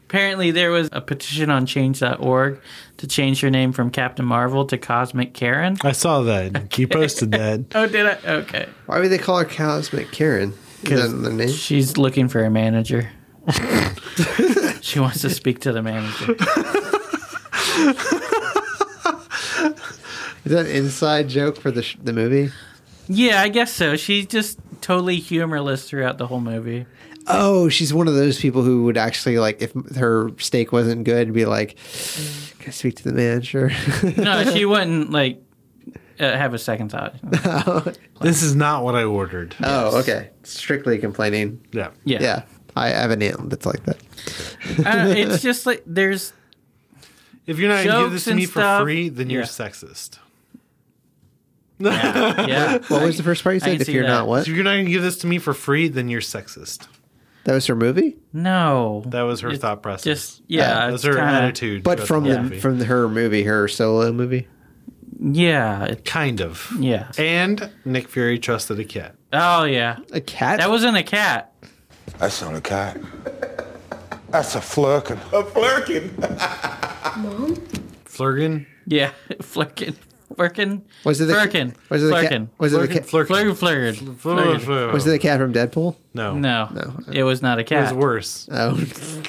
Speaker 4: apparently, there was a petition on Change.org to change her name from Captain Marvel to Cosmic Karen.
Speaker 2: I saw that. You posted that.
Speaker 4: Oh, did I? Okay.
Speaker 5: why would they call her Cosmic Karen? Is that another name?
Speaker 4: She's looking for a manager. she wants to speak to the manager.
Speaker 5: Is that an inside joke for the sh- the movie?
Speaker 4: Yeah, I guess so. She's just totally humorless throughout the whole movie.
Speaker 5: oh, she's one of those people who would actually like if her steak wasn't good, be like, "Can I speak to the manager?"
Speaker 4: No, she wouldn't like uh, have a second thought.
Speaker 2: This is not what I ordered.
Speaker 5: oh, okay. Strictly complaining.
Speaker 2: Yeah.
Speaker 4: Yeah,
Speaker 5: Yeah. I have an aunt that's like that.
Speaker 4: Uh, it's just like there's
Speaker 2: If you're not gonna give this
Speaker 4: Jokes
Speaker 2: to
Speaker 4: and
Speaker 2: me for
Speaker 4: stuff.
Speaker 2: free, then you're
Speaker 4: Yeah.
Speaker 2: sexist.
Speaker 4: yeah.
Speaker 5: What was the first part you
Speaker 4: I can
Speaker 5: said? If
Speaker 4: see
Speaker 5: you're
Speaker 4: that.
Speaker 5: not what?
Speaker 2: If you're not gonna give this to me for free, then you're sexist.
Speaker 5: That was her movie,
Speaker 4: No,
Speaker 2: That was her
Speaker 4: It's
Speaker 2: thought process.
Speaker 4: Just yeah,
Speaker 2: That was
Speaker 4: it's
Speaker 2: her
Speaker 4: kinda-
Speaker 2: attitude.
Speaker 5: but
Speaker 2: throughout
Speaker 5: from
Speaker 2: the
Speaker 5: the,
Speaker 2: movie.
Speaker 5: from her movie, her solo movie.
Speaker 4: Yeah, it-
Speaker 2: kind of.
Speaker 4: yeah.
Speaker 2: And Nick Fury trusted a cat.
Speaker 4: Oh yeah,
Speaker 5: A cat.
Speaker 4: that wasn't a cat.
Speaker 9: That's not a cat. That's a flurkin.
Speaker 2: Flurgan.
Speaker 4: Yeah, Flurkin, Flurkin,
Speaker 5: Was it the-
Speaker 4: Flurkin?
Speaker 5: Was it the
Speaker 4: Flurkin?
Speaker 5: cat? Was it the cat?
Speaker 4: Flurkin,
Speaker 2: Flurkin.
Speaker 4: Flurkin, Flurkin.
Speaker 2: Flurgan.
Speaker 5: Was it the cat from Deadpool?
Speaker 2: No.
Speaker 4: No,
Speaker 5: No.
Speaker 4: it was not a
Speaker 2: It was
Speaker 4: cat.
Speaker 2: worse.
Speaker 4: Uh,
Speaker 5: Oh,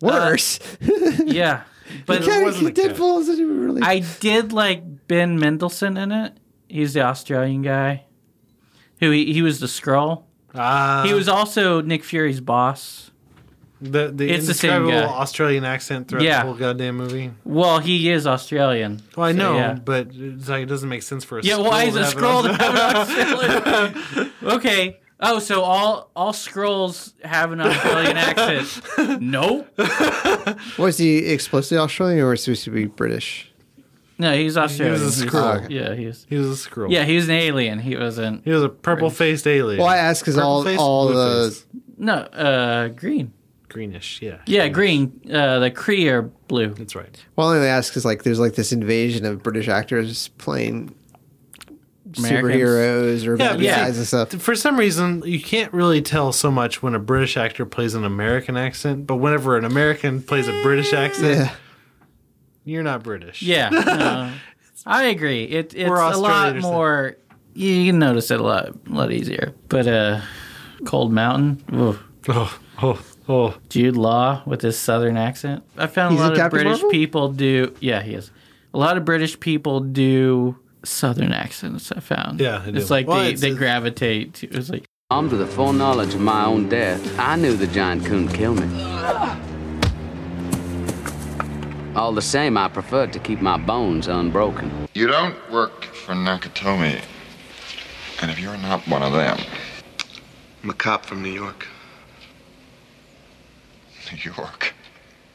Speaker 5: worse.
Speaker 4: Yeah, but
Speaker 2: It wasn't a cat.
Speaker 5: Deadpool is really.
Speaker 4: I did like Ben Mendelsohn in it. He's the Australian guy who he, he was the Skrull.
Speaker 2: Ah,
Speaker 4: He was also Nick Fury's boss.
Speaker 2: the, the
Speaker 4: it's the same
Speaker 2: indescribable
Speaker 4: guy.
Speaker 2: Australian accent throughout
Speaker 4: Yeah.
Speaker 2: the whole goddamn movie.
Speaker 4: Well, he is Australian.
Speaker 2: Well, I
Speaker 4: So,
Speaker 2: know,
Speaker 4: yeah.
Speaker 2: but it's like, it doesn't make sense for a
Speaker 4: Yeah, why
Speaker 2: Skrull
Speaker 4: is
Speaker 2: to
Speaker 4: a
Speaker 2: have an
Speaker 4: scroll to
Speaker 2: Australian-
Speaker 4: have an Australian? okay. Oh, so all all scrolls have an Australian accent. Nope.
Speaker 5: was he explicitly Australian or was he supposed to be British? Oh,
Speaker 4: No, he's
Speaker 2: He
Speaker 4: Australian.
Speaker 2: was a Skrull.
Speaker 5: okay.
Speaker 4: Yeah, he was.
Speaker 2: He was a Skrull.
Speaker 4: Yeah, he was an alien. He wasn't.
Speaker 2: He was a purple faced alien.
Speaker 5: Well, I ask because all
Speaker 2: Purple-faced,
Speaker 5: all the
Speaker 2: blue-faced.
Speaker 4: No, uh, green.
Speaker 2: greenish, yeah.
Speaker 4: Yeah, green. Uh, the Kree are blue.
Speaker 2: That's right.
Speaker 5: well, I only ask because like there's like this invasion of British actors playing
Speaker 4: Americans.
Speaker 5: superheroes or bad
Speaker 4: yeah.
Speaker 5: guys and stuff.
Speaker 2: For some reason, you can't really tell so much when a British actor plays an American accent, but whenever an American plays a British accent,
Speaker 5: Yeah,
Speaker 2: you're not British.
Speaker 4: Yeah, no. I agree. It, it's
Speaker 2: We're
Speaker 4: a lot
Speaker 2: Australian or
Speaker 4: more. You can notice it a lot, a lot easier. But uh, Cold Mountain, ooh,
Speaker 2: Oh, oh, oh.
Speaker 4: Jude Law with his southern accent. I found
Speaker 5: He's
Speaker 4: a
Speaker 5: in
Speaker 4: lot of
Speaker 5: Captain
Speaker 4: British
Speaker 5: Marvel?
Speaker 4: people do. Yeah, he is. A lot of British people do southern accents. I found.
Speaker 2: Yeah, they do.
Speaker 4: it's like
Speaker 2: Well,
Speaker 4: they,
Speaker 2: it's-
Speaker 4: they
Speaker 2: it's-
Speaker 4: gravitate. To, it's like
Speaker 10: Armed with the foreknowledge of my own death, I knew the giant couldn't kill me. All the same, I preferred to keep my bones unbroken.
Speaker 9: You don't work for Nakatomi. And if you're not one of them. I'm a cop from New York. New York.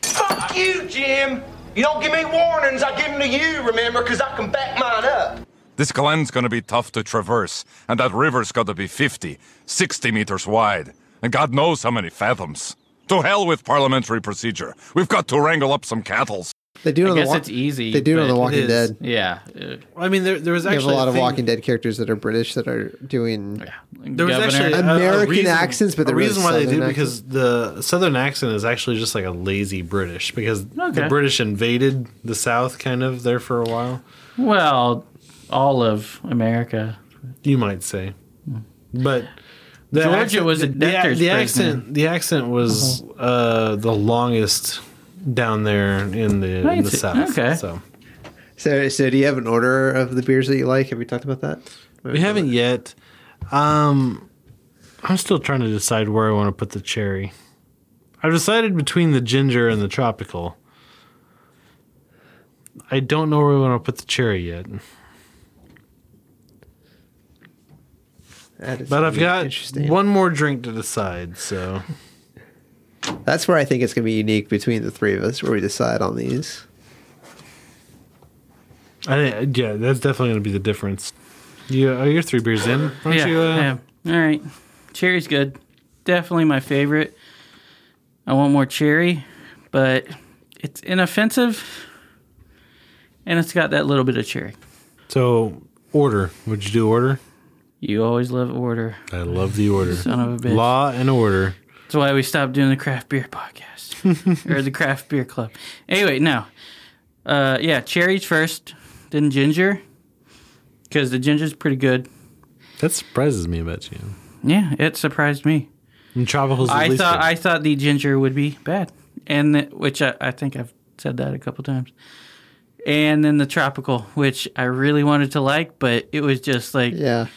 Speaker 8: Fuck you, Jim. You don't give me warnings, I give them to you, remember, because I can back mine up.
Speaker 9: This glen's gonna be tough to traverse, and that river's gotta be 50, 60 meters wide, and God knows how many fathoms. To hell with parliamentary procedure. We've got to wrangle up some cattle.
Speaker 5: they do. It
Speaker 4: I
Speaker 5: on
Speaker 4: guess
Speaker 5: the wa-
Speaker 4: it's easy.
Speaker 5: They do it on
Speaker 4: but-
Speaker 5: The Walking
Speaker 2: is.
Speaker 5: Dead.
Speaker 4: Yeah, uh,
Speaker 2: I mean, there, there was
Speaker 5: They
Speaker 2: actually
Speaker 5: have a lot of
Speaker 2: thing-
Speaker 5: Walking Dead characters that are British that are doing.
Speaker 2: There was actually a- a
Speaker 5: American
Speaker 2: reason-
Speaker 5: accents, but
Speaker 2: the
Speaker 5: they're really
Speaker 2: reason why they do
Speaker 5: Southern
Speaker 2: because the Southern accent is actually just like a lazy British because
Speaker 4: Okay.
Speaker 2: the British invaded the South kind of there for a while.
Speaker 4: well, all of America.
Speaker 2: you might say. But the
Speaker 4: Georgia was a Uh-huh.
Speaker 2: the- the-
Speaker 4: debtor's
Speaker 2: the
Speaker 4: prison.
Speaker 2: accent. The accent was uh, the longest down there in the in
Speaker 4: Right.
Speaker 2: the south.
Speaker 4: Okay.
Speaker 2: so
Speaker 5: So, so do you have an order of the beers that you like? Have we talked about that?
Speaker 2: we haven't yet. Um, I'm still trying to decide where I want to put the cherry. I've decided between the ginger and the tropical. I don't know where I want to put the cherry yet.
Speaker 5: That is
Speaker 2: But I've got
Speaker 5: interesting.
Speaker 2: one more drink to decide, so
Speaker 5: That's where I think it's going to be unique between the three of us, where we decide on these.
Speaker 2: I, yeah, that's definitely going to be the difference. You are your three beers in, aren't
Speaker 4: Yeah,
Speaker 2: you? Uh,
Speaker 4: yeah. All right. Cherry's good. Definitely my favorite. I want more cherry, but it's inoffensive and it's got that little bit of cherry.
Speaker 2: So order. Would you do order?
Speaker 4: You always love order.
Speaker 2: I love the order.
Speaker 4: Son of a bitch.
Speaker 2: Law and order.
Speaker 4: That's why we stopped doing the craft beer podcast or the craft beer club. Anyway, no. Uh, yeah, cherries first, then ginger, because the ginger's pretty good.
Speaker 2: That surprises me about you.
Speaker 4: Yeah, it surprised me.
Speaker 2: And tropicals. the
Speaker 4: I
Speaker 2: least
Speaker 4: thought
Speaker 2: of-
Speaker 4: I thought the ginger would be bad, and the, which I, I think I've said that a couple times. And then the tropical, which I really wanted to like, but it was just like
Speaker 5: Yeah.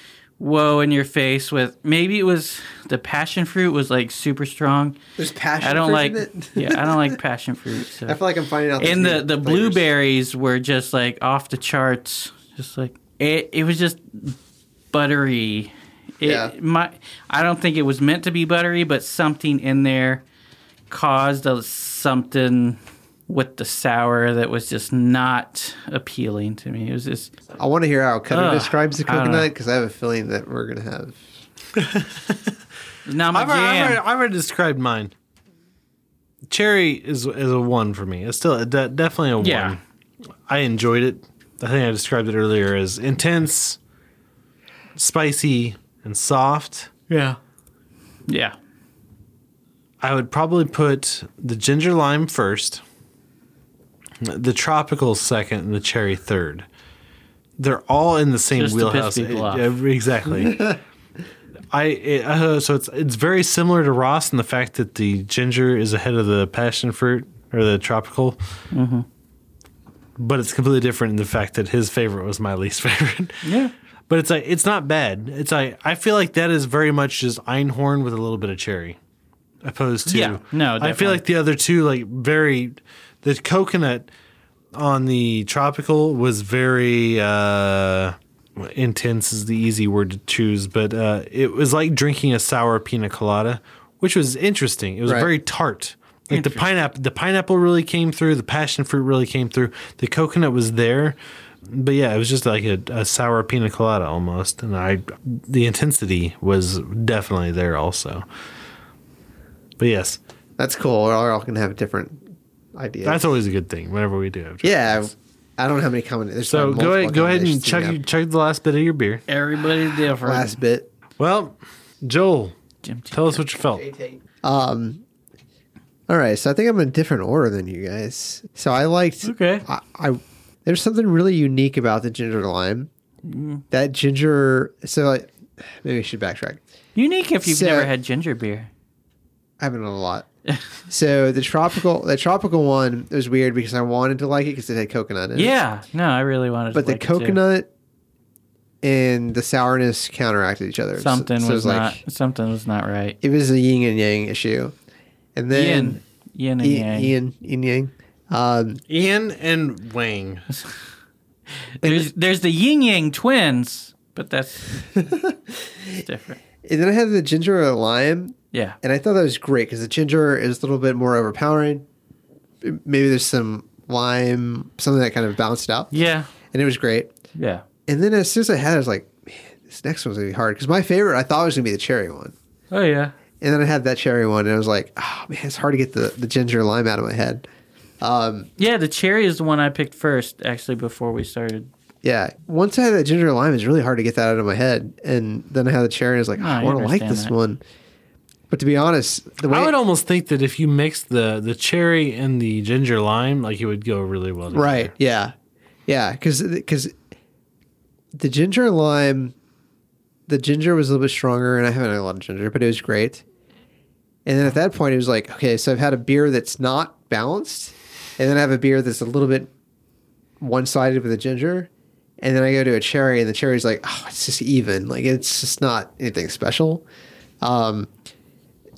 Speaker 4: woe in your face with maybe it was the passion fruit was like super strong.
Speaker 5: There's passion
Speaker 4: I don't
Speaker 5: fruit
Speaker 4: like
Speaker 5: in it?
Speaker 4: yeah, I don't like passion fruit. So.
Speaker 5: I feel like I'm finding out. these
Speaker 4: and
Speaker 5: new
Speaker 4: the the
Speaker 5: flavors.
Speaker 4: blueberries were just like off the charts. Just like it, it was just buttery. It,
Speaker 5: Yeah.
Speaker 4: My, I don't think it was meant to be buttery, but something in there caused a, something with the sour that was just not appealing to me. It was just
Speaker 5: I want to hear how Cutter
Speaker 4: Ugh,
Speaker 5: describes the
Speaker 4: I don't know.
Speaker 5: coconut because I have a feeling that we're gonna have.
Speaker 4: not my
Speaker 2: I've, already- I've,
Speaker 4: jam.
Speaker 2: already, I've already described mine. Cherry is is a one for me. It's still a de- definitely a
Speaker 4: Yeah.
Speaker 2: one. I enjoyed it. I think I described it earlier as intense, spicy, and soft.
Speaker 4: yeah. Yeah.
Speaker 2: I would probably put the ginger lime first, the tropical second, and the cherry third. They're all in the same
Speaker 4: Just to piss
Speaker 2: wheelhouse.
Speaker 4: people
Speaker 2: It-
Speaker 4: off.
Speaker 2: yeah, exactly. I it, uh, so it's it's very similar to Ross in the fact that the ginger is ahead of the passion fruit or the tropical, but it's completely different in the fact that his favorite was my least favorite.
Speaker 4: Yeah.
Speaker 2: But it's like it's not bad. It's like I feel like that is very much just Einhorn with a little bit of cherry, opposed to
Speaker 4: Yeah, no,
Speaker 2: I feel
Speaker 4: definitely.
Speaker 2: like the other two like very the coconut on the tropical was very uh intense is the easy word to choose, but uh it was like drinking a sour pina colada, which was interesting. It was
Speaker 5: Right.
Speaker 2: very tart. Like the pineapple, the pineapple really came through. The passion fruit really came through. The coconut was there, but yeah, it was just like a, a sour pina colada almost. And I, the intensity was definitely there also. But yes,
Speaker 5: That's cool. We're all gonna have different ideas.
Speaker 2: that's always a good thing whenever we do have. to-
Speaker 5: yeah. I don't have any comment. There's
Speaker 2: So
Speaker 5: not
Speaker 2: go
Speaker 5: multiple
Speaker 2: ahead, go ahead and
Speaker 5: combinations
Speaker 2: chug
Speaker 5: in that
Speaker 2: chug the last bit of your beer.
Speaker 4: Everybody different.
Speaker 5: last bit.
Speaker 2: Well, Joel,
Speaker 4: Jim, Jim,
Speaker 2: tell us what you felt.
Speaker 5: All right, so I think I'm in a different order than you guys. So I liked.
Speaker 4: Okay.
Speaker 5: I, I there's something really unique about the ginger lime.
Speaker 2: Mm-hmm.
Speaker 5: That ginger. So like, maybe I should backtrack.
Speaker 4: Unique if you've
Speaker 5: So-
Speaker 4: never had ginger beer.
Speaker 5: I haven't done a lot. so the tropical, the tropical one was weird because I wanted to like it because it had coconut. in it.
Speaker 4: Yeah. No, I really wanted to
Speaker 5: but the
Speaker 4: like it too.
Speaker 5: coconut and the sourness counteracted each other. So-
Speaker 4: Something
Speaker 5: so it
Speaker 4: was not something was not right.
Speaker 5: it was a yin and yang issue, and then
Speaker 4: Yin, yin and
Speaker 5: I-
Speaker 4: yang.
Speaker 5: yin, yin yang. Um,
Speaker 2: Ian and Wang.
Speaker 4: There's there's the yin yang twins, but that's it's different.
Speaker 5: and then I had the ginger or lime,
Speaker 4: Yeah,
Speaker 5: and I thought that was great because the ginger is a little bit more overpowering. Maybe there's some lime, something that kind of balanced it out,
Speaker 4: yeah,
Speaker 5: and it was great.
Speaker 4: yeah.
Speaker 5: And then as soon as I had it, I was like, man, this next one's gonna be hard because my favorite I thought was gonna be the cherry one,
Speaker 4: Oh yeah.
Speaker 5: and then I had that cherry one, and I was like, oh man, it's hard to get the the ginger lime out of my head. Um,
Speaker 4: Yeah, the cherry is the one I picked first, actually, before we started.
Speaker 5: Yeah. Once I had that ginger lime, it's really hard to get that out of my head. And then I had the cherry, and I was like,
Speaker 4: No,
Speaker 5: "Oh, I
Speaker 4: I
Speaker 5: want to like
Speaker 4: understand
Speaker 5: this
Speaker 4: that.
Speaker 5: one. But to be honest, the way
Speaker 2: I would almost think that if you mix the the cherry and the ginger lime, like it would go really well. Together.
Speaker 5: right, yeah, yeah, because the ginger lime, the ginger was a little bit stronger, and I haven't had a lot of ginger, but it was great. And then at that point, it was like, okay, so I've had a beer that's not balanced, and then I have a beer that's a little bit one sided with the ginger, and then I go to a cherry, and the cherry's like, oh, it's just even, like it's just not anything special. Um,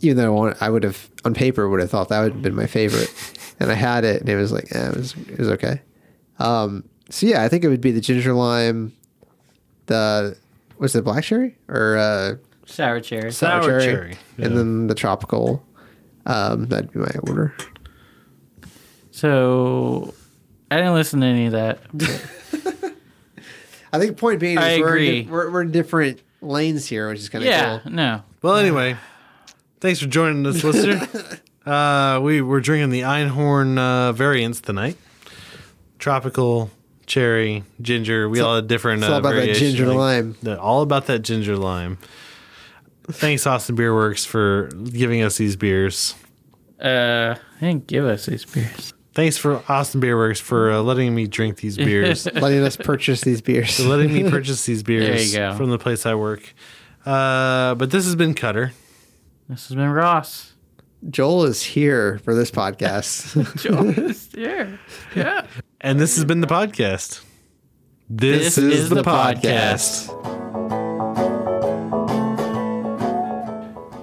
Speaker 5: even though I, want, I would have on paper would have thought that would have been my favorite, and I had it, and it was like, eh, it was it was okay. Um, so yeah, I think it would be the ginger lime, the was it black cherry or uh,
Speaker 4: Sour cherry.
Speaker 2: Sour cherry. Yeah.
Speaker 5: and then the tropical. Um, that'd be my order.
Speaker 4: So I didn't listen to any of that.
Speaker 5: I think point being, is
Speaker 4: I
Speaker 5: we're,
Speaker 4: agree.
Speaker 5: In, di- we're we're in different lanes here, which is kind of
Speaker 4: yeah,
Speaker 5: cool.
Speaker 4: no.
Speaker 2: Well, anyway, thanks for joining us, listener. uh, we were drinking the Einhorn uh, variants tonight. Tropical cherry, ginger. We all had different.
Speaker 5: it's all
Speaker 2: uh,
Speaker 5: about that
Speaker 2: variations,
Speaker 5: ginger
Speaker 2: like,
Speaker 5: lime.
Speaker 2: the- all about that ginger lime. Thanks, Austin Beer Works, for giving us these beers.
Speaker 4: Uh, they didn't give us these beers.
Speaker 2: Thanks for Austin Beer Works for uh, letting me drink these beers.
Speaker 5: Letting us purchase these beers.
Speaker 2: for letting me purchase these beers
Speaker 4: There you go.
Speaker 2: from the place I work. Uh, but this has been Cutter.
Speaker 4: This has been Ross.
Speaker 5: Joel is here for this podcast.
Speaker 4: Joel is here. Yeah.
Speaker 2: And this has been the podcast. This,
Speaker 4: This is the podcast.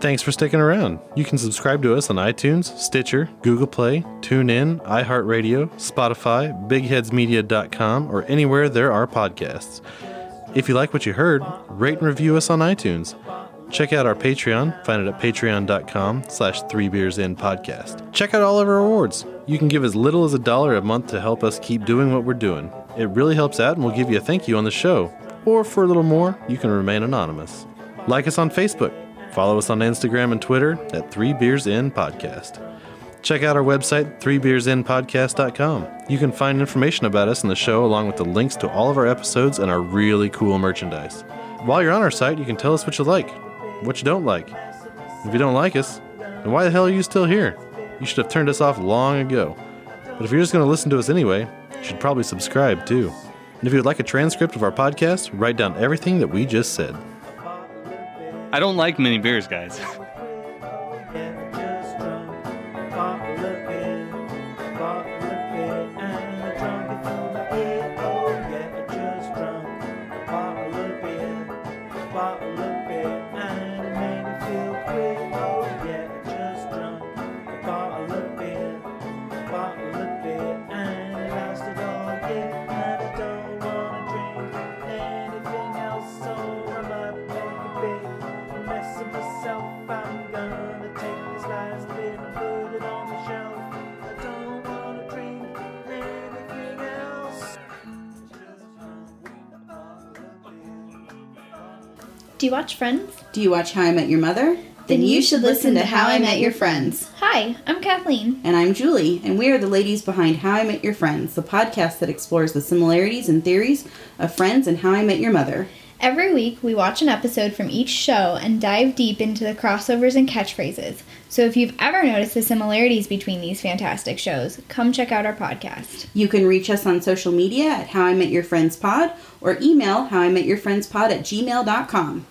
Speaker 2: Thanks for sticking around. You can subscribe to us on iTunes, Stitcher, Google Play, TuneIn, iHeartRadio, Spotify, BigHeadsMedia.com, or anywhere there are podcasts. If you like what you heard, rate and review us on iTunes. Check out our Patreon. Find it at patreon.com slash three beers in podcast. Check out all of our awards. You can give as little as a dollar a month to help us keep doing what we're doing. It really helps out and we'll give you a thank you on the show. Or for a little more, you can remain anonymous. Like us on Facebook. Follow us on Instagram and Twitter at Three Beers In Podcast. Check out our website, threebeersinpodcast.com. You can find information about us and the show, along with the links to all of our episodes and our really cool merchandise. While you're on our site, you can tell us what you like, what you don't like. If you don't like us, then why the hell are you still here? You should have turned us off long ago. But if you're just going to listen to us anyway, you should probably subscribe too. And if you'd like a transcript of our podcast, write down everything that we just said.
Speaker 11: I don't like mini beers, guys.
Speaker 12: Do you watch Friends?
Speaker 13: Do you watch How I Met Your Mother? Then you should listen to How I Met Your Friends.
Speaker 12: Hi, I'm Kathleen.
Speaker 13: And I'm Julie, and we are the ladies behind How I Met Your Friends, the podcast that explores the similarities and theories of friends and How I Met Your Mother.
Speaker 12: Every week, we watch an episode from each show and dive deep into the crossovers and catchphrases. So if you've ever noticed the similarities between these fantastic shows, come check out our podcast.
Speaker 13: You can reach us on social media at How I Met Your Friends Pod or email How I Met Your Friends Pod at gmail.com.